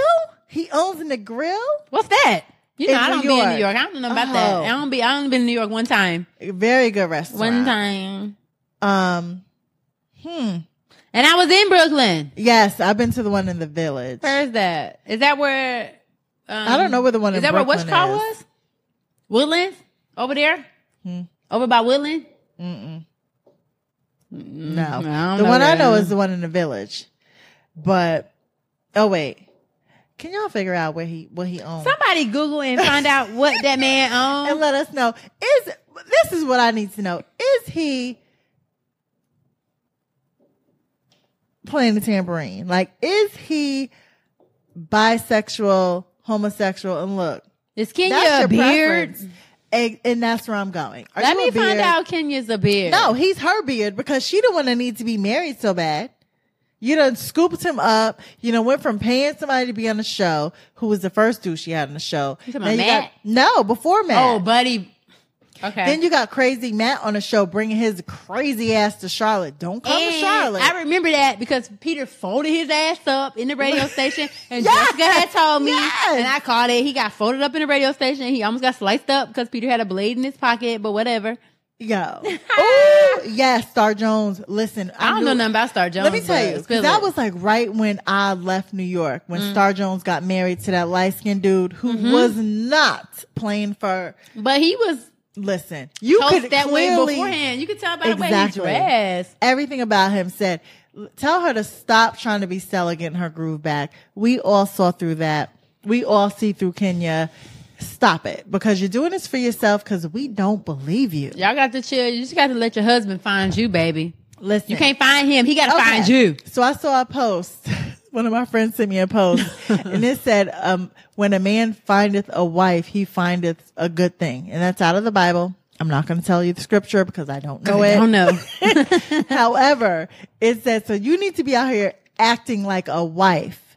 B: He owns Negril.
C: What's that? You know,
B: In
C: I
B: New
C: don't be in New
B: York.
C: York. I don't know about that.
B: Oh.
C: I don't be. I only been in New York one time.
B: Very good restaurant.
C: One time,
B: Um. Hmm.
C: and I was in Brooklyn.
B: Yes, I've been to the one in the village.
C: Where's that? Is that where? Um,
B: I don't know where the one
C: Is
B: in
C: that where West
B: Brooklyn
C: Car
B: is.
C: was? Woodlands over there,
B: Hmm.
C: over by Woodland.
B: No,
C: I don't
B: the
C: know
B: one I
C: that.
B: know is the one in the village. But oh wait, can y'all figure out where he what he owns
C: Somebody Google and find out what that man
B: and
C: owned.
B: let us know? Is this is what I need to know? Is he playing the tambourine? Like, is he bisexual, homosexual? And look,
C: Is Kenya
B: that's
C: a
B: your
C: beard?
B: preference, and, and that's where I'm going. Are
C: Let
B: you a
C: me find
B: beard?
C: out Kenya's a beard.
B: No, he's her beard because she the one that needs to be married so bad. You done scooped him up. You know, went from paying somebody to be on the show, who was the first dude she had on the show.
C: You talking
B: Then
C: about
B: you got-
C: Matt?
B: no, before Matt.
C: Oh, buddy. Okay.
B: then you got crazy Matt on the show, bringing his crazy ass to Charlotte. Don't come to
C: And
B: Charlotte.
C: I remember that because Peter folded his ass up in the radio station, and
B: Yes!
C: Jessica had told me,
B: Yes!
C: and I caught it. He got folded up in the radio station. He almost got sliced up because Peter had a blade in his pocket, but whatever.
B: Yo, oh yes, Star Jones. Listen,
C: I, don't know
B: knew-
C: nothing about Star Jones.
B: Let me
C: but Mm.
B: tell you, 'cause
C: spill
B: that
C: it.
B: was like right when I left New York, when Star Jones got married to that light skinned dude who
C: Mm-hmm.
B: was not playing for
C: but he was
B: Listen, you
C: toast
B: could
C: that way
B: clearly
C: beforehand. You could tell by
B: Exactly.
C: the way he dressed.
B: everything about him said. "L- Tell her to stop trying to be Stella getting her groove back. We all saw through that. We all see through Kenya. Stop it because you're doing this for yourself because we don't believe you.
C: Y'all got to chill. You just got to let your husband find you, baby.
B: Listen,
C: You can't find him. He got to
B: Okay.
C: find you.
B: So I saw a post. One of my friends sent me a post, and it said, um, "When a man findeth a wife, he findeth a good thing," and that's out of the Bible. I'm not going to tell you the scripture because I don't know it.
C: I don't know.
B: However, it says so you need to be out here acting like a wife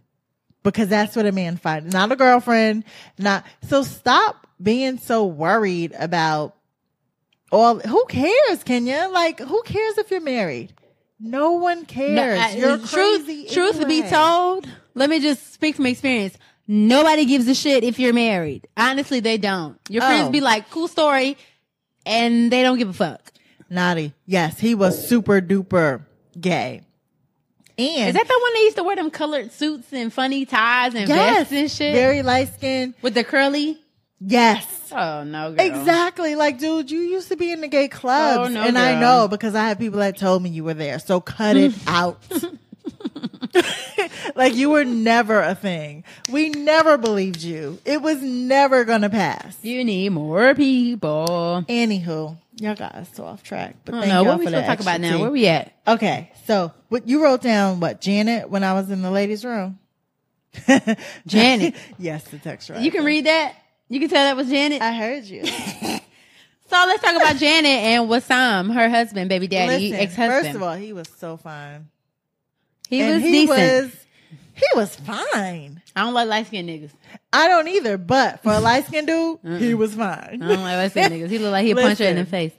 B: because that's what a man finds, not a girlfriend, not so stop being so worried about all who cares, Kenya? Like who cares if you're married? No one cares.
C: No, I-
B: you're
C: truth,
B: crazy.
C: truth be
B: anyway.
C: told, let me just speak from experience. Nobody gives a shit if you're married. Honestly, they don't. Your friends
B: Oh.
C: be like, "Cool story," and they don't give a fuck.
B: Naughty. Yes, he was super duper gay. And
C: Is that the one that used to wear them colored suits and funny ties and
B: yes,
C: vests and shit
B: very light skinned.
C: with the curly?
B: Yes.
C: Oh no, girl.
B: Exactly. Like, dude, you used to be in the gay clubs.
C: Oh, no,
B: and I
C: girl.
B: know because I had people that told me you were there. So cut it out. like, you were never a thing. We never believed you. It was never going to pass.
C: You need more people.
B: Anywho, y'all got us so off track. But
C: I
B: thank
C: don't know
B: y'all
C: Oh, what we
B: for
C: gonna
B: that
C: talk about
B: extra
C: now.
B: tea.
C: Where we at?
B: Okay, so what you wrote down? What Janet? When I was in the ladies' room,
C: Janet.
B: yes, the text right.
C: You can read that. You can tell that was Janet.
B: I heard you.
C: so let's talk about Janet and Wassam, her husband, baby daddy,
B: Listen,
C: ex husband.
B: first of all, he was so fine.
C: he
B: And
C: was decent.
B: Was, he was fine.
C: I don't like light skinned niggas.
B: I don't either, but for a light skinned dude, he was fine.
C: I don't like light skinned niggas. He look like he'd punch her in the
B: Listen.
C: face.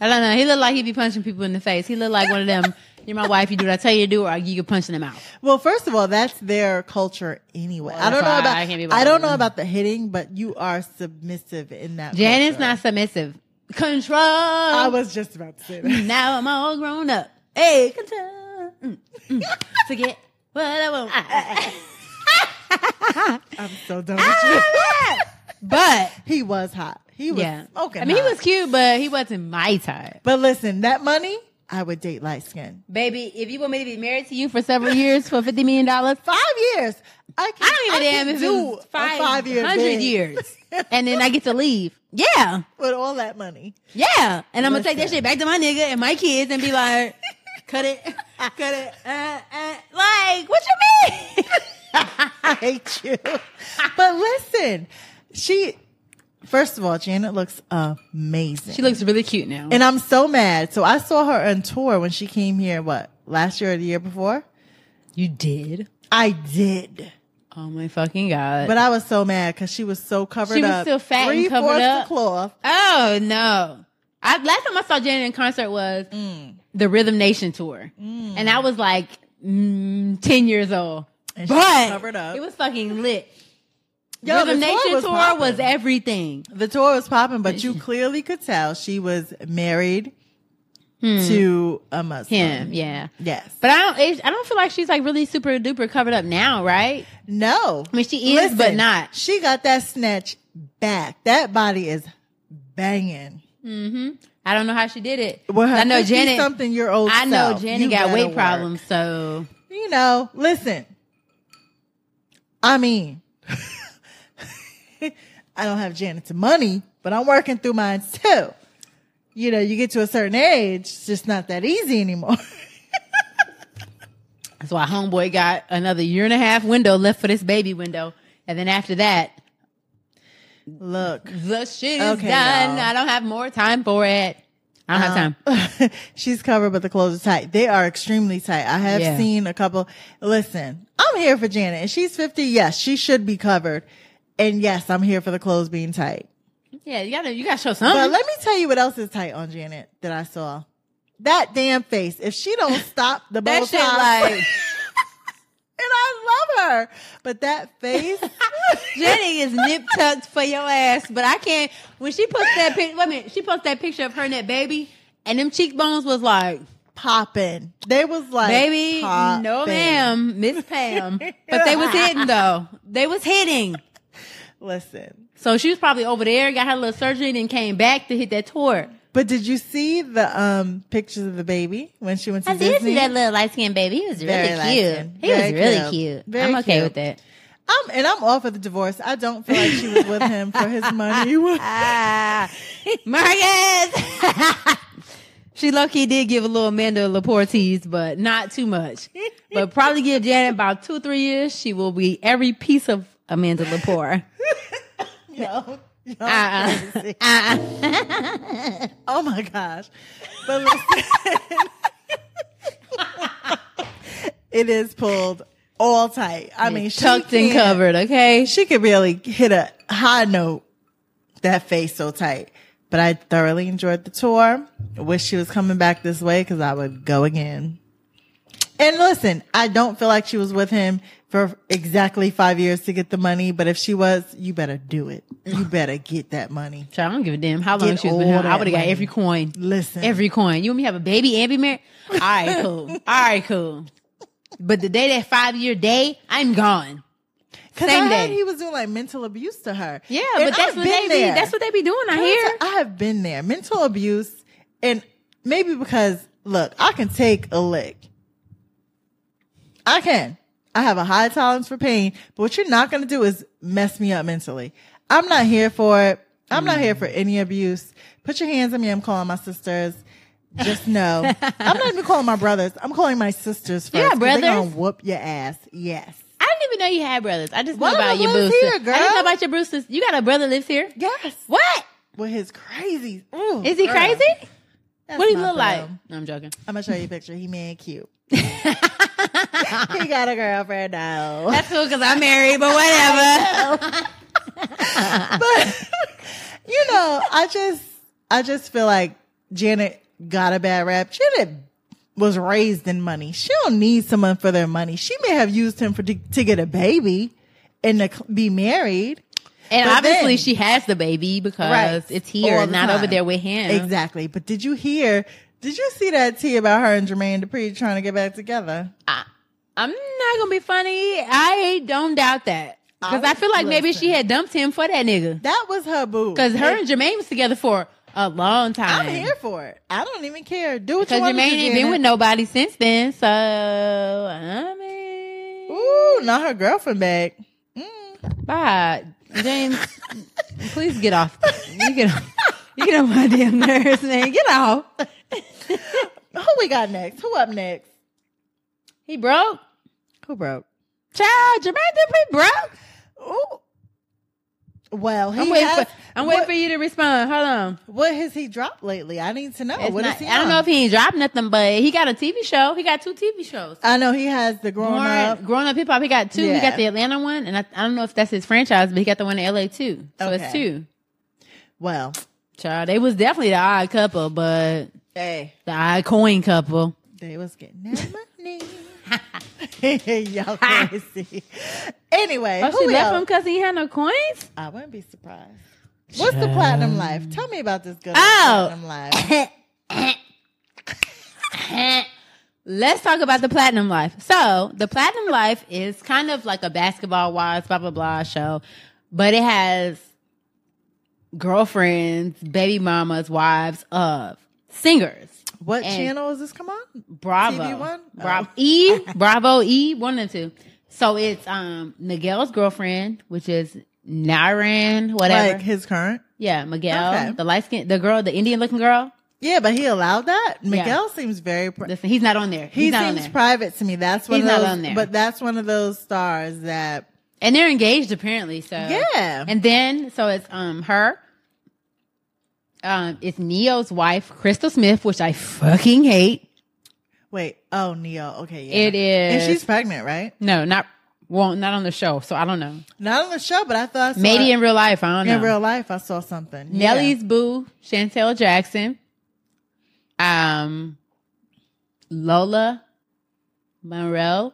C: I don't know. He look like he be punching people in the face. He look like one of them. You're my wife. You do what I tell you to do, or you get punched in the mouth.
B: Well, first of all, that's their culture anyway. I
C: that's
B: don't know
C: why
B: about
C: I
B: I,
C: can't be
B: don't
C: bothered.
B: know about the hitting, but you are submissive in that.
C: Janet's
B: culture.
C: not submissive. Control.
B: I was just about to say that.
C: now I'm all grown up. Hey, control. Mm, mm. Forget what I want.
B: I'm so done
C: I
B: with you.
C: love it. but
B: He was hot. He was
C: Ah! yeah,
B: smoking.
C: I mean, he
B: hot.
C: was cute, but he wasn't my type.
B: But listen, that money, I would date light skin.
C: Baby, if you want me to be married to you for several years for fifty million dollars,
B: Five years. I, can,
C: I don't give a
B: can
C: damn if
B: do
C: it's
B: a
C: five,
B: five-year
C: hundred
B: bid
C: years, and then I get to leave. Yeah,
B: with all that money.
C: yeah, and I'm gonna take that
B: Listen.
C: shit back to my nigga and my kids and be like, cut it, cut it, uh, uh. like what you mean?
B: I hate you. But listen, she first of all, Janet looks amazing.
C: She looks really cute now.
B: and I'm so mad. So I saw her on tour when she came here what last year or the year before.
C: you did.
B: I did.
C: Oh my fucking god!
B: But I was so mad because she was so covered
C: She was
B: up.
C: still fat and
B: Three
C: covered
B: fourths
C: up.
B: of cloth.
C: oh no! I, last time I saw Janet in concert was the Rhythm Nation tour, and I was like mm, ten years old.
B: And she was
C: But
B: covered up.
C: it was fucking lit.
B: Yo, the
C: Rhythm
B: tour
C: Nation
B: was
C: tour
B: poppin'.
C: was everything.
B: The tour was popping, but you clearly could tell she was married to a Muslim.
C: Hmm. Him, yeah.
B: Yes.
C: But I don't. It, I don't feel like she's like really super duper covered up now, right?
B: No.
C: I mean, she is, but not.
B: She got that snatch back. That body is banging.
C: I don't know how she did it.
B: Well, her
C: I know Janet.
B: something year old.
C: I know
B: self,
C: Janet
B: you
C: got
B: gotta
C: weight
B: work.
C: problems, so
B: You know, listen. I mean, I don't have Janet's money, but I'm working through mine too. You know, you get to a certain age, it's just not that easy anymore.
C: That's why homeboy got another year and a half window left for this baby window, and then after that,
B: Look.
C: the shit is
B: Okay,
C: done.
B: y'all. Um,
C: I don't have more time for it. I don't have time.
B: She's covered, but the clothes are tight. They are extremely tight. I have
C: Yeah.
B: seen a couple. Listen, I'm here for Janet, and she's 50. Yes, she should be covered. And yes, I'm here for the clothes being tight.
C: Yeah, you gotta you gotta show
B: But
C: something.
B: let me tell you what else is tight on Janet that I saw. That damn face. If she don't stop the bow
C: that shit
B: tie,
C: like
B: and I love her, but that face.
C: Jenny is nip tucked for your ass, but I can't. When she posted that picture, wait a minute, she posted that picture of her and that baby, and them cheekbones was like,
B: popping. They was like,
C: baby, no
B: poppin'.
C: ma'am, Miss Pam. But they was hitting though. They was hitting.
B: Listen,
C: So she was probably over there, got her little surgery, and then came back to hit that tour.
B: but did you see the um pictures of the baby when she went to
C: I did
B: Disney?
C: see that little light skinned baby. He was
B: Very
C: really
B: light-skinned.
C: cute. He
B: Very
C: was really
B: cute.
C: cute.
B: Very
C: I'm okay
B: cute.
C: with that.
B: I'm and I'm all for the divorce. I don't feel like she was with him for his money.
C: Ah, Marcus. she low key did give a little Amanda Lepore tease, but not too much. But probably give Janet about two, three years. She will be every piece of Amanda Lepore.
B: Yo, yo,
C: Uh-uh.
B: crazy.
C: Uh-uh.
B: Oh my gosh. But listen, it is pulled all tight. I mean, she
C: Tucked and
B: can't-
C: covered, okay?
B: She could really hit a high note, that face so tight. But I thoroughly enjoyed the tour. I wish she was coming back this way because I would go again. And listen, I don't feel like she was with him for exactly five years to get the money, but if she was, you better do it. You better get that money.
C: Child, I don't give a damn how long
B: Get
C: she was with him.
B: all
C: I would
B: that
C: have got
B: money.
C: every coin.
B: Listen.
C: Every coin. You and me have a baby and be married? All right, cool. All right, cool. But the day that five year day, I'm gone.
B: Cause
C: Same
B: I heard
C: day.
B: he was doing like mental abuse to her.
C: Yeah,
B: And
C: but that's
B: I've
C: what
B: been
C: they
B: there.
C: be. That's what they be doing. I
B: Can
C: hear.
B: tell- I have been there. Mental abuse, and maybe because look, I can take a lick. I can. I have a high tolerance for pain, but what you're not going to do is mess me up mentally. I'm not here for it. I'm not here for
C: Mm.
B: any abuse. Put your hands on me. I'm calling my sisters. Just know, I'm not even calling my brothers. I'm calling my sisters first.
C: You got
B: 'cause they
C: brothers?
B: gonna whoop your ass. Yes.
C: I didn't even know you had brothers. I just
B: One
C: knew
B: of
C: about
B: them
C: your
B: lives
C: Brewster.
B: here, girl.
C: I didn't know about your Brewsters. You got a brother lives here.
B: Yes.
C: What
B: with his crazy. Ooh,
C: is he
B: girl.
C: crazy?
B: That's
C: what do you
B: my
C: look like?
B: bro.
C: No, I'm joking.
B: I'm gonna show you a picture. He man cute. he got a girlfriend now.
C: That's cool because I'm married, but whatever.
B: but you know, I just I just feel like Janet got a bad rap. Janet was raised in money. She don't need someone for their money. She may have used him for to, to get a baby and to cl- be married.
C: and
B: But
C: obviously,
B: then-
C: she has the baby because it's
B: All
C: here,
B: the
C: not over
B: time.
C: there with him.
B: Exactly. But did you hear? Did you see that tea about her and Jermaine Dupri trying to get back together?
C: I, I'm not gonna be funny. I don't doubt that because I,
B: I-
C: feel like maybe
B: listen.
C: she had dumped him for that nigga.
B: That was her boo.
C: Because her and Jermaine was together for a long time.
B: I'm here for it. I don't even care. Do what
C: Because
B: you want to
C: Jermaine
B: do.
C: ain't been with
B: Janet.
C: nobody since then, so I mean,
B: Ooh, not her girlfriend back.
C: bye, James. please get off. You get off. You get on my damn nerves, man. Get off.
B: Who we got next? Who up next?
C: He broke.
B: Who broke?
C: Child, Jermaine did be broke.
B: Ooh. Well, he
C: I'm waiting
B: has,
C: for I'm waiting
B: what,
C: for you to respond. Hold on.
B: What has he dropped lately? I need to know. Oh, What
C: It's
B: is he?
C: not- I don't know
B: on?
C: if he ain't dropped nothing, but he got a TV show. He got two TV shows.
B: I know he has the growing
C: Grown
B: up.
C: up, grown up hip hop. He got two. He
B: Yeah.
C: got the Atlanta one, and I, I don't know if that's his franchise, but he got the one in LA too. So it's
B: Okay.
C: two.
B: Well,
C: Child, they was definitely the odd couple, but
B: hey,
C: the odd coin couple.
B: they was getting that money. Y'all crazy. anyway,
C: Oh, she left
B: Julio.
C: him because he had no coins.
B: I wouldn't be surprised. What's the platinum life? Tell me about this good old
C: Oh.
B: platinum life.
C: Let's talk about the Platinum Life. So, the Platinum Life is kind of like a basketball wise, blah, blah, blah show, but it has girlfriends, baby mamas, wives of singers.
B: What
C: And-
B: channel is this come on?
C: Bravo.
B: TV1?
C: Bravo.
B: Oh.
C: E, Bravo, E, one and two. So, it's um Miguel's girlfriend, which is Naren, whatever.
B: Like his current?
C: yeah, Miguel,
B: Okay.
C: the light skin, the girl, the Indian looking girl.
B: Yeah, but he allowed that. Miguel seems very. Pri-
C: Listen, he's not on there. He's
B: he
C: not on
B: seems
C: there.
B: private to me. That's one
C: He's
B: of
C: not
B: those,
C: on there.
B: But that's one of those stars that.
C: and they're engaged apparently. So
B: Yeah.
C: and then so it's um her, um it's Neo's wife Crystal Smith, which I fucking hate.
B: Wait. Oh, Neo. Okay. Yeah.
C: It is
B: And she's pregnant, right?
C: no, not well, not on the show. So I don't know.
B: Not on the show, but I thought I saw
C: Maybe
B: it-
C: in real life, I don't know.
B: in real life I saw something. Yeah.
C: Nelly's boo Chantel Jackson, um, Lola Monroe.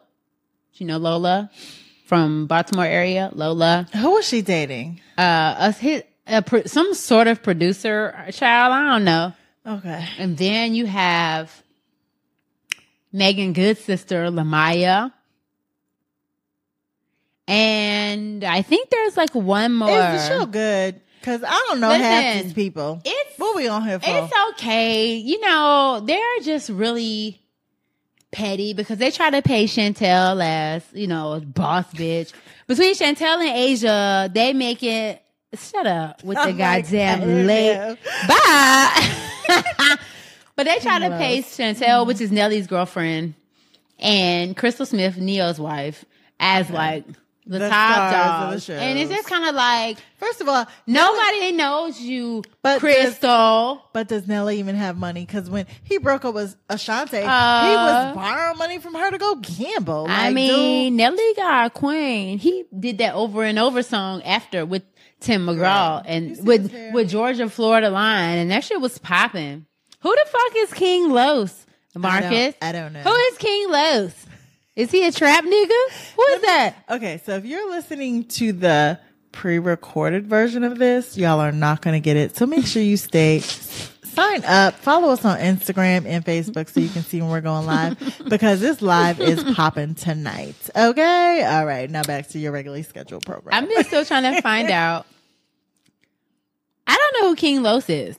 C: You know Lola from Baltimore area. Lola.
B: Who was she dating?
C: uh, a, hit, a pro, some sort of producer or child. I don't know.
B: Okay.
C: And then you have Megan Good's sister, Lamaya. And I think there's like one more.
B: Is the show good? Because I don't know half
C: Listen,
B: these people.
C: It's
B: What we on here for?
C: it's okay. You know, they're just really petty because they try to pay Chantel as, you know, boss bitch. Between Chantel and Asia, they make it shut up with the
B: I'm like, oh,
C: goddamn
B: I don't
C: late.
B: know.
C: Bye. but they try to pay Chantel,
B: Mm-hmm.
C: which is Nelly's girlfriend, and Crystal Smith, Neo's wife, as like the,
B: The
C: top
B: stars of the
C: dog. And it's
B: shows.
C: just kind of like
B: First of all,
C: nobody knows you,
B: But
C: Crystal.
B: But does Nelly even have money? Because when he broke up with Ashante, he
C: Uh,
B: was borrowing money from her to go gamble.
C: I
B: Like,
C: mean, Nelly got a queen. He did that over and over song after with Tim McGraw and with
B: hair?
C: with Georgia Florida Line, and that shit was popping. Who the fuck is King Los? Marcus?
B: I don't know.
C: Who is King Los? Is he a trap nigga? Who is that?
B: dude. okay, so if you're listening to the pre-recorded version of this, y'all are not going to get it. So make sure you stay. Sign up, follow us on Instagram and Facebook so you can see when we're going live because this live is popping tonight. Okay, all right. Now back to your regularly scheduled program.
C: I'm just still trying to find out. I don't know who King Los is.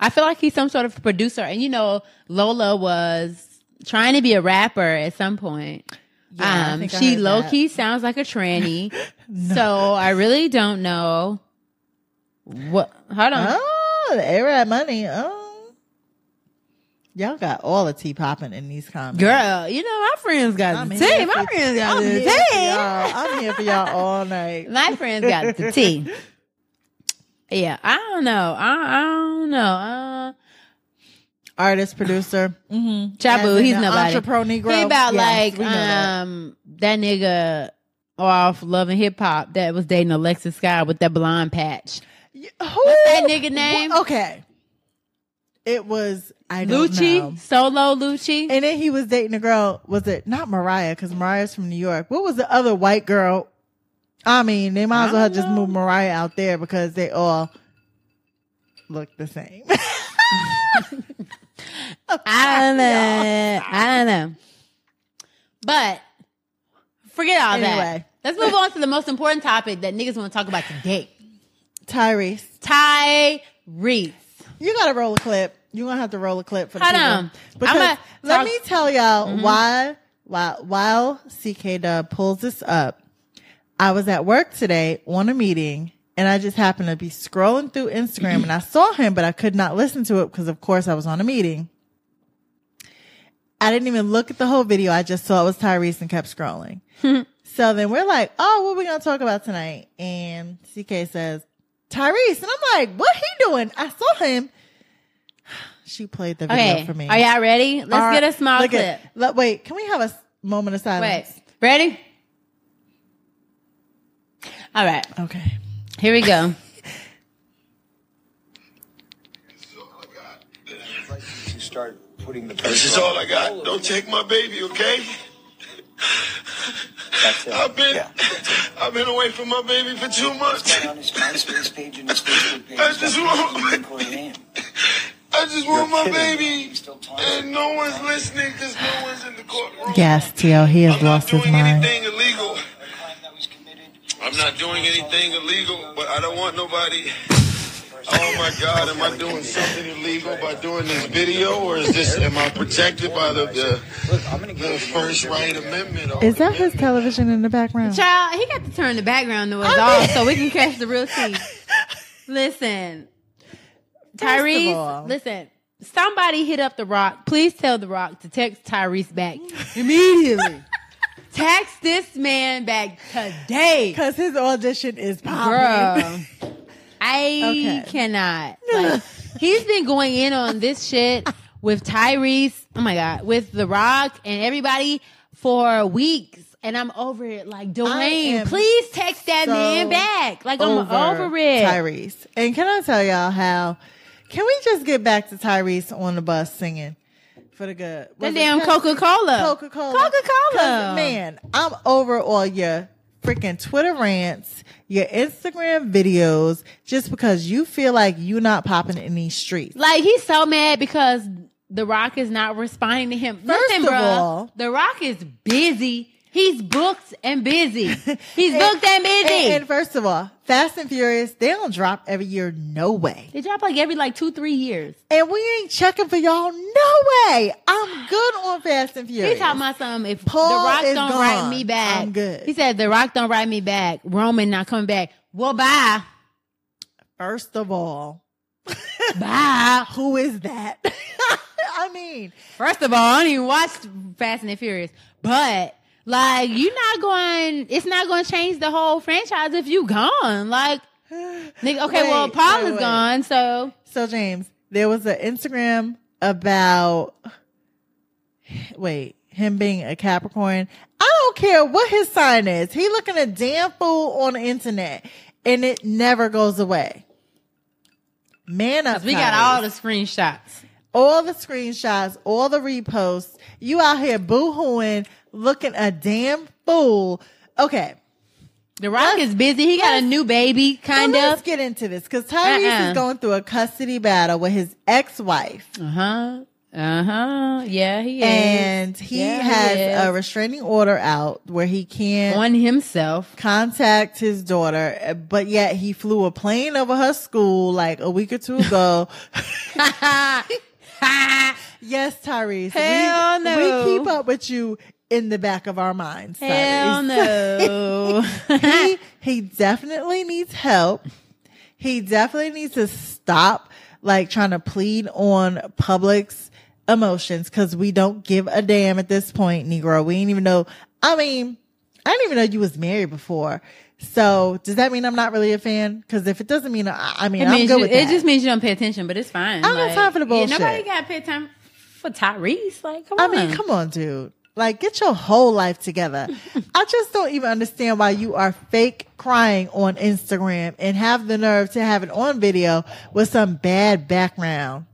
C: I feel like he's some sort of producer, and you know, Lola was trying to be a rapper at some point.
B: Yeah, I
C: um,
B: think I
C: she
B: heard
C: low
B: that.
C: key sounds like a tranny, so I really don't know what. Hold on,
B: Oh, the air at money. Oh. Y'all got all the tea popping in these comments.
C: girl. You know my friends got
B: I'm
C: the
B: here
C: tea.
B: for-
C: My friends got
B: I'm
C: the
B: here, for
C: tea.
B: y'all. I'm here for y'all all night.
C: My friends got the tea. Yeah, I don't know. I, I don't know. Uh,
B: Artist, producer. Mm-hmm.
C: Chabu, he's nobody.
B: Entrepreneur Negro.
C: Think
B: Yes,
C: about like
B: we know that.
C: um that. nigga off Love and Hip Hop that was dating Alexis Scott with that blonde patch.
B: Y- Who,
C: that nigga name?
B: Wha- okay. It was, I don't
C: Lucci,
B: know.
C: solo Lucci.
B: And then he was dating a girl. Was it not Mariah? Because Mariah's from New York. What was the other white girl? I mean, they might as well have just moved Mariah out there because they all look the same.
C: I don't know. I don't know. But forget all
B: Anyway.
C: that. Let's move on to the most important topic that niggas want to talk about today.
B: Tyrese,
C: Ty Reese.
B: you got to roll a clip. You're gonna have to roll a clip for the
C: Hold
B: people.
C: on.
B: Because
C: I'ma
B: let
C: talk- Mm-hmm.
B: me tell y'all why. Why while CK Dub pulls this up, I was at work today on a meeting. And I just happened to be scrolling through Instagram and I saw him, but I could not listen to it because, of course, I was on a meeting. I didn't even look at the whole video. I just saw it was Tyrese and kept scrolling. So then we're like, oh, what are we going to talk about tonight? And CK says, Tyrese. And I'm like, what he doing? I saw him. She played the video
C: Okay.
B: for me.
C: Are y'all ready? Let's
B: All
C: get a
B: right,
C: small
B: look
C: clip.
B: at- look- wait, can we have a s- moment of
C: Wait.
B: silence?
C: Ready? All right.
B: Okay.
C: Here we go.
D: you start putting the
E: This is all I got. Don't take my baby, okay?
D: That's it.
E: I've been
D: Yeah.
E: I've been away from my baby for two months.
D: on his MySpace page and his Facebook page.
E: I just want-
D: Corey Haim.
E: I just want my
D: kidding.
E: baby,
D: You still talking?
E: and no one's listening because no one's in the courtroom.
B: Yes, T.O., he has
E: I'm not
B: lost his
E: doing
B: mind.
E: anything
D: A
E: illegal.
D: crime that was committed.
E: I'm not doing anything illegal, but I don't want nobody. Oh my God, am I doing something illegal by doing this video, or is this? Am I protected by the the,
D: Look, I'm gonna
E: the
D: give you
E: First Right Amendment? or
B: Is that his
E: Amendment?
B: television in the background?
C: Child, he got to turn the background noise
B: Mm. I
C: off
B: mean-
C: so we can catch the real tea. Listen,
B: of
C: Tyrese,
B: all-
C: listen. Somebody hit up The Rock. Please tell The Rock to text Tyrese back immediately. text this man back today.
B: Because his audition is popping.
C: Girl, I
B: Okay.
C: cannot. Like, he's been going in on this shit with Tyrese. Oh my god, with The Rock and everybody for weeks, and I'm over it. Like Dwayne,
B: am
C: please text that
B: so
C: man back. Like I'm over it.
B: Tyrese. And can I tell y'all how? Can we just get back to Tyrese on the bus singing for the good?
C: That
B: Was it
C: damn
B: Pepsi?
C: Coca Cola.
B: Coca Cola.
C: Coca Cola.
B: Man, I'm over all your freaking Twitter rants, your Instagram videos, just because you feel like you not popping in these streets.
C: Like he's so mad because The Rock is not responding to him. Listen,
B: of
C: bruh,
B: all-
C: The Rock is busy. He's booked and busy. He's
B: And-
C: booked and busy.
B: And, and first of all, Fast and Furious, they don't drop every year, no way.
C: they drop like every like two, three years.
B: And we ain't checking for y'all, no way. I'm good on Fast and Furious.
C: He taught my son if
B: Paul
C: The Rock
B: is
C: don't write
B: gone.
C: me back.
B: I'm good.
C: He said The Rock don't write me back. Roman not coming back. Well, bye,
B: First of all,
C: bye.
B: who is that? I mean,
C: First of all, I don't even watch Fast and the Furious, but like you're not going. It's not going to change the whole franchise if you gone. Like, nigga, okay,
B: Wait,
C: well Paul
B: wait,
C: is
B: wait.
C: gone, so
B: so James, there was an Instagram about wait him being a Capricorn. I don't care what his sign is. He looking a damn fool on the internet, and it never goes away. Man up,
C: we got
B: Tyrese.
C: all the screenshots.
B: all the screenshots, all the reposts. You out here boohooing, looking a damn fool. Okay,
C: The Rock is busy. He got a new baby, kind
B: so let's
C: of.
B: get into this because Tyrese
C: Uh-uh.
B: is going through a custody battle with his ex-wife.
C: Uh huh. Uh huh. Yeah, he is.
B: and he
C: Yeah, he
B: has
C: is.
B: a restraining order out where he can't
C: on himself.
B: contact his daughter, uh, but yet he flew a plane over her school like a week or two ago. yes, Tyrese,
C: Hell
B: we,
C: no.
B: we keep up with you in the back of our minds.
C: Hell
B: Tyrese.
C: no.
B: he he definitely needs help. He definitely needs to stop like trying to plead on public's emotions because we don't give a damn at this point, Negro. We ain't even know. I mean, I didn't even know you was married before. So does that mean I'm not really a fan? Because if it doesn't mean I, I mean
C: It,
B: I'm
C: means
B: good
C: you,
B: with
C: it
B: that.
C: just means you don't pay attention, but it's fine.
B: I don't have time for the
C: Yeah, nobody
B: bullshit.
C: got to pay time for Tyrese. Like, come
B: I
C: on.
B: mean, come on, dude. Like, get your whole life together. I just don't even understand why you are fake crying on Instagram and have the nerve to have it on video with some bad background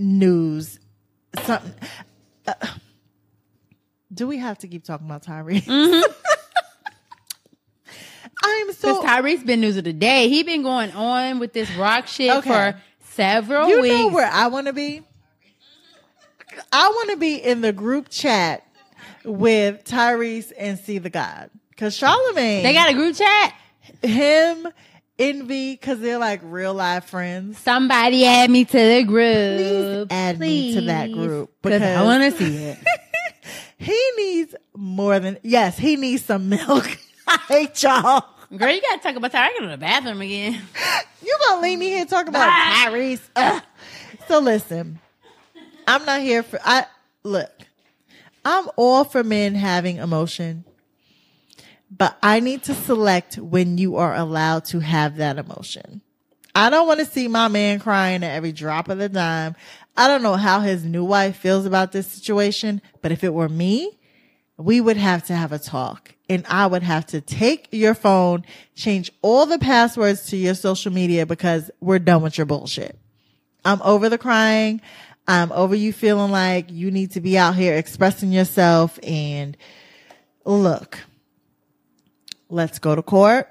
B: news. Something. Uh, do we have to keep talking about Tyrese?
C: Mm-hmm.
B: I am
C: Because
B: so.
C: Tyrese been news of the day. He been going on with this rock shit
B: Okay.
C: for several
B: You
C: weeks.
B: know where I want to be? I want to be in the group chat with Tyrese and See the God. Cause Charlemagne,
C: they got a group chat.
B: him, Envy, cause they're like real life friends.
C: Somebody add me to the group.
B: Please add me to that group,
C: Because I
B: because-
C: want to see it.
B: He needs more than, yes, he needs some milk. I hate y'all.
C: Girl, you got to talk about Tyrese. I gotta go to the bathroom again.
B: You gonna leave me here talking about
C: Bye.
B: Tyrese? Ugh. So listen, I'm not here for. I look. I'm all for men having emotion. but I need to select when you are allowed to have that emotion. I don't want to see my man crying at every drop of the dime. I don't know how his new wife feels about this situation, but if it were me, we would have to have a talk and I would have to take your phone, change all the passwords to your social media because we're done with your bullshit. I'm over the crying. I'm over you feeling like you need to be out here expressing yourself and look, let's go to court.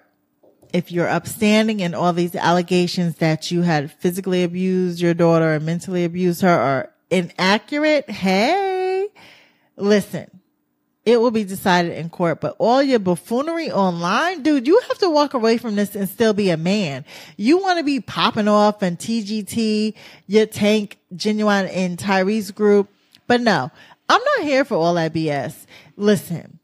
B: If you're upstanding and all these allegations that you had physically abused your daughter or mentally abused her are inaccurate, hey, listen, it will be decided in court. But all your buffoonery online, dude, you have to walk away from this and still be a man. You want to be popping off and TGT, your tank, genuine and Tyrese group. But no, I'm not here for all that BS. Listen.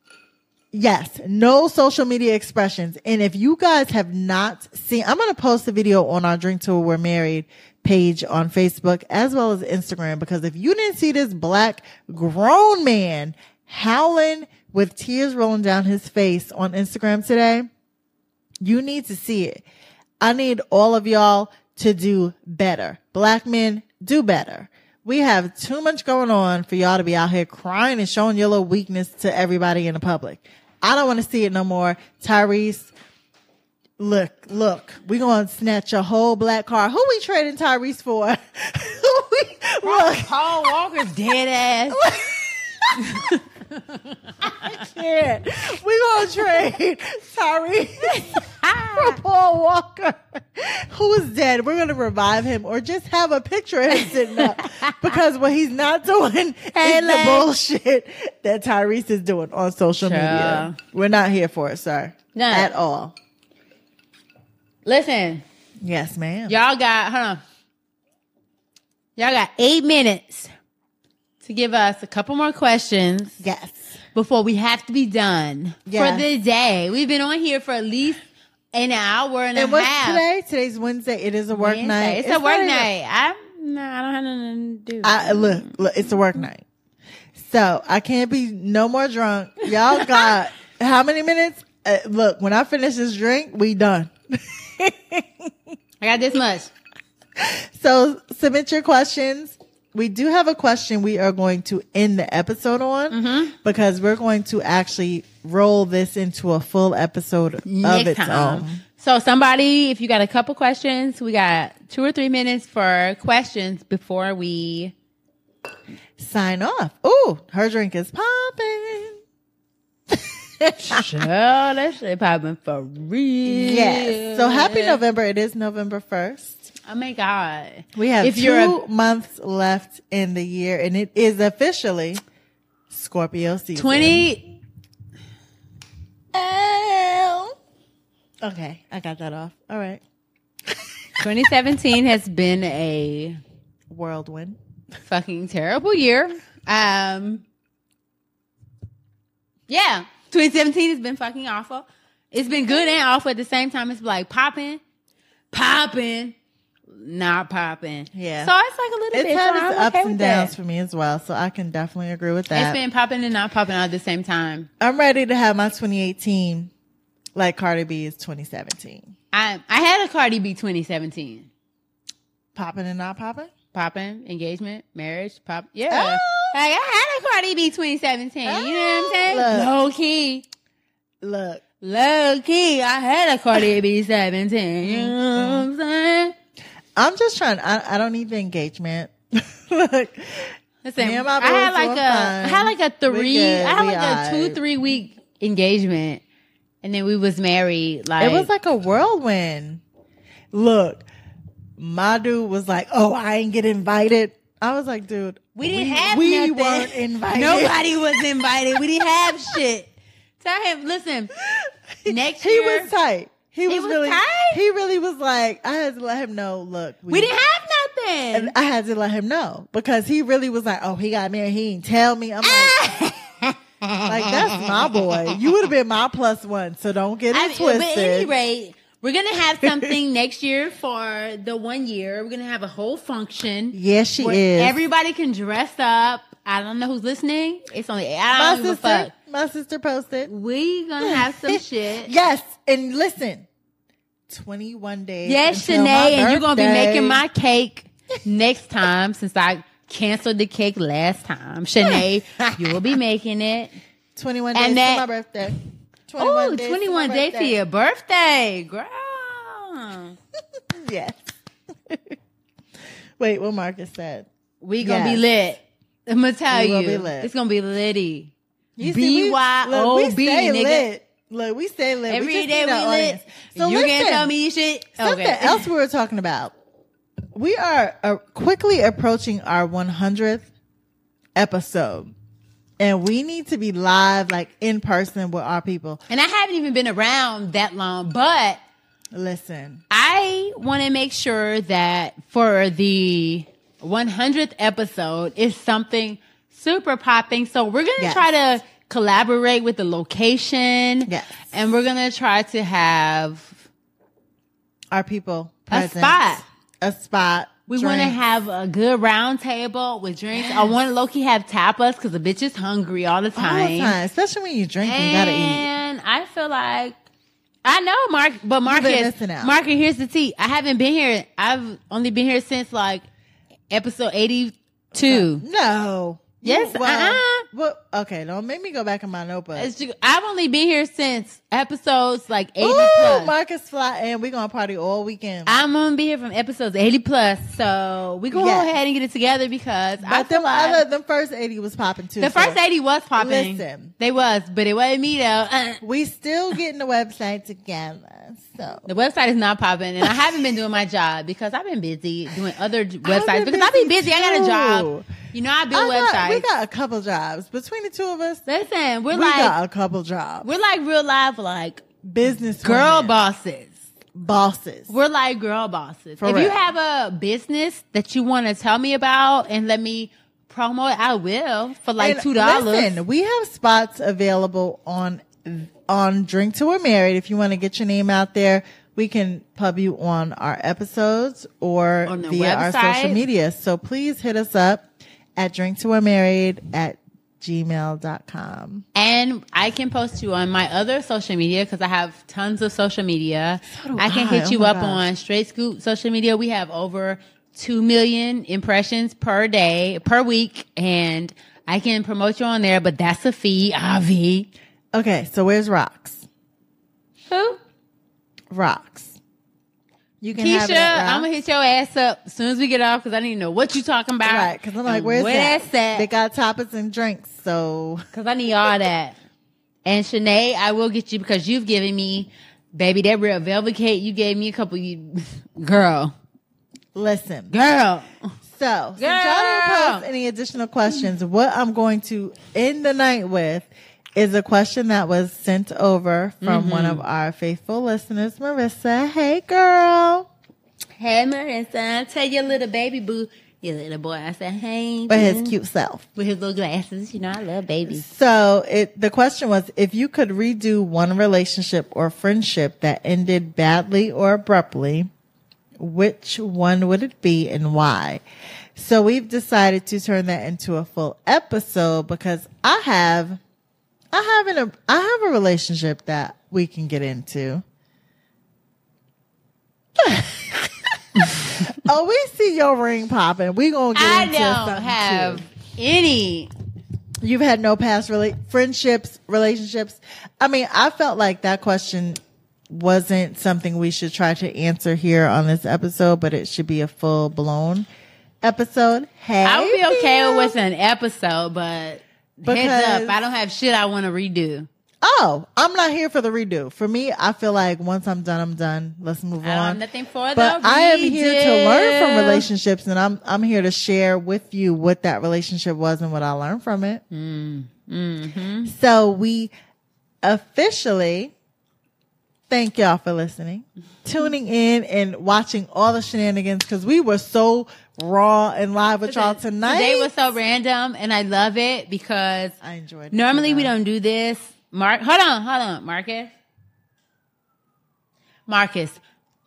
B: Yes, no social media expressions. And if you guys have not seen, I'm going to post the video on our Drink Till We're Married page on Facebook as well as Instagram because if you didn't see this black grown man howling with tears rolling down his face on Instagram today, you need to see it. I need all of y'all to do better. Black men, do better. We have too much going on for y'all to be out here crying and showing your little weakness to everybody in the public. I don't want to see it no more. Tyrese, look, look, we going to snatch a whole black car. Who we trading Tyrese for? Who we, look,
C: Paul Walker's dead ass.
B: Yeah, we gonna trade Tyrese for Paul Walker, who is dead. We're gonna revive him, or just have a picture of him sitting up, because what he's not doing is the
C: Leg.
B: bullshit that Tyrese is doing on social
C: Child.
B: media. We're not here for it, sir,
C: No.
B: at all.
C: Listen,
B: Yes, ma'am.
C: y'all got hold on. Y'all got eight minutes to give us a couple more questions
B: Yes,
C: before we have to be done
B: Yeah.
C: for the day. We've been on here for at least an hour and,
B: and
C: a
B: what's
C: half.
B: today? Today's Wednesday. It is a work
C: Wednesday.
B: night.
C: It's, a work
B: not even-
C: night. I'm no, I don't have nothing to do.
B: I look, look, it's a work night. So I can't be no more drunk. Y'all got how many minutes? Uh, look, when I finish this drink, we done.
C: I got this much.
B: So submit your questions. We do have a question we are going to end the episode on because we're going to actually roll this into a full episode of
C: next
B: its
C: time.
B: own.
C: So somebody, if you got a couple questions, we got two or three minutes for questions before we.
B: Sign off. Ooh, her drink is popping.
C: Show oh, that shit popping for real.
B: Yes. So happy November. It is November 1st.
C: Oh my god.
B: We have
C: If
B: 2
C: you're a-
B: months left in the year, and it is officially Scorpio season.
C: Twenty.
B: Okay, I got that off. All right,
C: 2017 has been a
B: whirlwind.
C: fucking terrible year. Um, yeah, 2017 has been fucking awful. It's been good and awful at the same time. It's like popping, popping, not popping.
B: Yeah.
C: So it's like a little
B: It's
C: bit.
B: had
C: so
B: its
C: I'm
B: ups
C: okay
B: and
C: with
B: downs
C: that.
B: for me as well, so I can definitely agree with that.
C: It's been popping and not popping all at the same time.
B: I'm ready to have my 2018 like Cardi B is 2017.
C: I I had a Cardi B 2017.
B: Popping and not popping.
C: Popping, engagement, marriage, pop. Yeah.
B: Oh.
C: Like I had a Cardi B 2017. You know what I'm saying?
B: Look.
C: Low key.
B: Look,
C: Low key, I had a Cardi B 17. You know what I'm saying?
B: I'm just trying. I, I don't need the engagement. Look,
C: Listen,
B: Me and my
C: I had
B: boo
C: like
B: doing
C: a, I had like
B: fine.
C: a three,
B: We good,
C: I had
B: we
C: like a two,
B: aight.
C: three week engagement, and then we was married.
B: It
C: Like
B: was like a whirlwind. Look, my dude was like, "Oh, I ain't get invited." I was like, "Dude,
C: we didn't have
B: we
C: nothing.
B: weren't invited.
C: Nobody was invited. We didn't have shit. Tell him, listen, next
B: he
C: year
B: was tight. He was,
C: was
B: really.
C: tight?
B: He really was like, I had to let him know. Look,
C: we didn't have
B: And
C: nothing.
B: I had to let him know because he really was like, "Oh, he got married. He didn't tell me." I'm like. Like that's my boy. You would have been my plus one, so don't get it
C: I,
B: twisted.
C: but at any rate, we're gonna have something next year for the one year. We're gonna have a whole function.
B: yes, she
C: where
B: is.
C: Everybody can dress up. I don't know who's listening. It's only I
B: my
C: don't give a
B: sister,
C: fuck.
B: My sister posted.
C: We gonna have some shit.
B: Yes, and listen, 21 days.
C: Yes,
B: until my
C: Shanae, and you're gonna be
B: birthday.
C: making my cake next time since I canceled the cake last time. Shanae, you will be making it.
B: 21
C: and
B: days
C: that-
B: to my birthday. 21
C: Oh,
B: days
C: 21
B: to my
C: day for
B: birthday.
C: your birthday, girl.
B: Yes. Wait, what Marcus said.
C: We gonna
B: Yes.
C: be lit. I'm gonna tell
B: We
C: you,
B: will be lit.
C: it's gonna be litty.
B: You see, we- look, we
C: BYOB,
B: stay
C: nigga.
B: lit. Look, we stay lit.
C: Every
B: we just
C: day
B: need
C: we
B: our
C: lit.
B: audience. So
C: you
B: listen,
C: can't tell me shit.
B: something else we were talking about. We are uh, quickly approaching our 100th episode, and we need to be live, like in person, with our people.
C: And I haven't even been around that long, but
B: Listen,
C: I want to make sure that for the 100th episode is something super popping. So we're going to
B: Yes.
C: try to collaborate with the location.
B: Yes.
C: And we're going to try to have
B: our people
C: a
B: present,
C: spot.
B: a spot.
C: We want to
B: drinks.
C: have a good round table with drinks. I want to low-key have tapas because the bitch is hungry all the
B: all
C: time.
B: the time, especially when you drink, you gotta eat.
C: And I feel like I know Mark, but Marcus,
B: missing out.
C: Marcus, here's the tea. I haven't been here. I've only been here since like episode eighty-two.
B: No.
C: Yes,
B: You-
C: uh-uh.
B: well, okay, don't make me go back in my notebook.
C: It's ju- I've only been here since episodes like eighty
B: Ooh,
C: plus.
B: Marcus Fly, and we're gonna party all weekend.
C: I'm gonna be here from episodes eighty plus, so we go
B: Yes.
C: ahead and get it together because I
B: but
C: feel
B: them
C: like
B: other, them first eighty was popping too.
C: the
B: so
C: first eighty was popping.
B: Listen.
C: They was, but it wasn't me though. Uh,
B: we still getting the website together. So
C: The website is not popping, and I haven't been doing my job because I've been busy doing other j-
B: been
C: websites. Because I've been
B: busy
C: busy, I got a job.
B: too.
C: You know, I
B: I
C: build
B: got- we
C: websites.
B: got a couple jobs between the two of us.
C: Listen, we're
B: we
C: like
B: got a couple jobs.
C: we're like real life, like
B: Business
C: girl
B: women,
C: bosses.
B: bosses.
C: We're like girl bosses.
B: For
C: if you
B: real.
C: have a business that you want to tell me about and let me promote, I will for like
B: And
C: two dollars.
B: listen, We have spots available on on Drink Till We're Married. If you want to get your name out there, we can pub you on our episodes or
C: On the
B: via our social
C: website.
B: media. So please hit us up at Drink Till We're Married at gmail.com.
C: And I can post you on my other social media because I have tons of social media.
B: So do
C: I can
B: I.
C: hit
B: Oh
C: you
B: my
C: up
B: gosh.
C: on Straight Scoop social media. We have over 2 million impressions per day, per week. And I can promote you on there, but that's a fee, Avi.
B: Okay, so where's Rocks?
C: Who?
B: Rocks. You can
C: Keisha,
B: have it at
C: I'm going to
B: Rocks.
C: hit your ass up as soon as we get off because I need to know what you talking about.
B: Right, because I'm like,
C: and
B: where's
C: where
B: that?
C: that's at.
B: They got tapas and drinks, so
C: Cause I need all that. And Shanae, I will get you because you've given me, baby, that real velvet cake. You gave me a couple. You, girl,
B: listen.
C: girl.
B: So, since y'all didn't
C: Girl.
B: post any additional questions, what I'm going to end the night with is a question that was sent over from one
C: Mm-hmm.
B: of our faithful listeners, Marissa. Hey, girl.
C: Hey, Marissa, tell your little baby boo, your little boy. I said, hey,
B: But
C: boo.
B: his cute self.
C: with his little glasses. You know, I love babies.
B: So, it the question was if you could redo one relationship or friendship that ended badly or abruptly, which one would it be and why? So, we've decided to turn that into a full episode because I have I have an I have a relationship that we can get into. oh, we see your ring popping. We gonna get
C: I
B: into
C: don't
B: something
C: have
B: too.
C: any.
B: You've had no past rela- friendships, relationships. I mean, I felt like that question wasn't something we should try to answer here on this episode, but it should be a full blown episode. Hey,
C: I would be okay
B: Bill.
C: with an episode, but heads
B: Because-
C: up, I don't have shit I want to redo.
B: Oh, I'm not here for the redo. For me, I feel like once I'm done, I'm done. Let's move
C: I don't have
B: on.
C: nothing for
B: But
C: the
B: I am here to
C: redo.
B: learn from relationships, and I'm I'm here to share with you what that relationship was and what I learned from it.
C: Mm-hmm.
B: So we officially thank y'all for listening, tuning in, and watching all the shenanigans because we were so raw and live with y'all tonight.
C: Today was so random, and I love it because
B: I enjoyed it.
C: normally
B: too,
C: we
B: guys.
C: don't do this. Mark, hold on, hold on, Marcus. Marcus,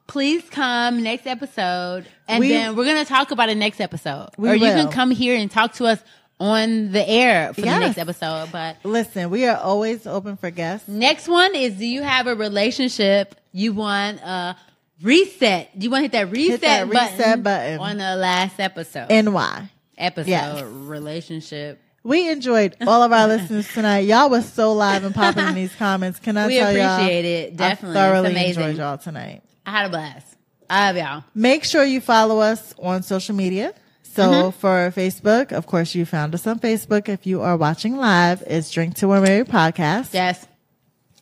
C: please come next episode, and
B: We-
C: then we're gonna talk about it next episode,
B: We
C: or you
B: will.
C: can come here and talk to us on the air for
B: Yes.
C: the next episode. But
B: Listen, we are always open for guests.
C: next one is: Do you have a relationship you want a reset? You want to hit that reset,
B: that
C: button,
B: reset button.
C: on the last episode?
B: And why?
C: episode
B: Yes.
C: relationship.
B: We enjoyed all of our listeners tonight. Y'all was so live and popping in these comments. Can I
C: We
B: tell y'all?
C: appreciate it. Definitely.
B: I
C: It's
B: thoroughly
C: amazing.
B: enjoyed y'all tonight.
C: I had a blast. I love y'all.
B: Make sure you follow us on social media. So
C: Mm-hmm.
B: for Facebook, of course, you found us on Facebook. If you are watching live, it's Drink to We're Married podcast.
C: Yes,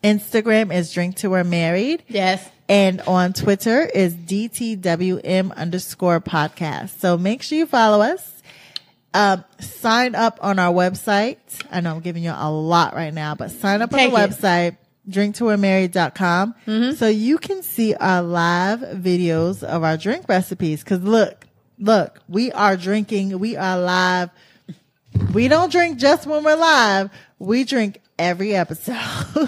B: Instagram is Drink to We're Married.
C: yes.
B: And on Twitter is DTWM underscore podcast. So make sure you follow us. Um, sign up on our website. I know I'm giving you a lot right now, but sign up
C: Take
B: on the
C: it. Mm-hmm.
B: website, drinktourmarried.com. So you can see our live videos of our drink recipes. Cause look, look, we are drinking. We are live. We don't drink just when we're live. We drink every episode.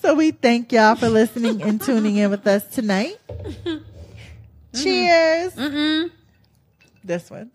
B: so we thank y'all for listening and tuning in with us tonight. Cheers. This one.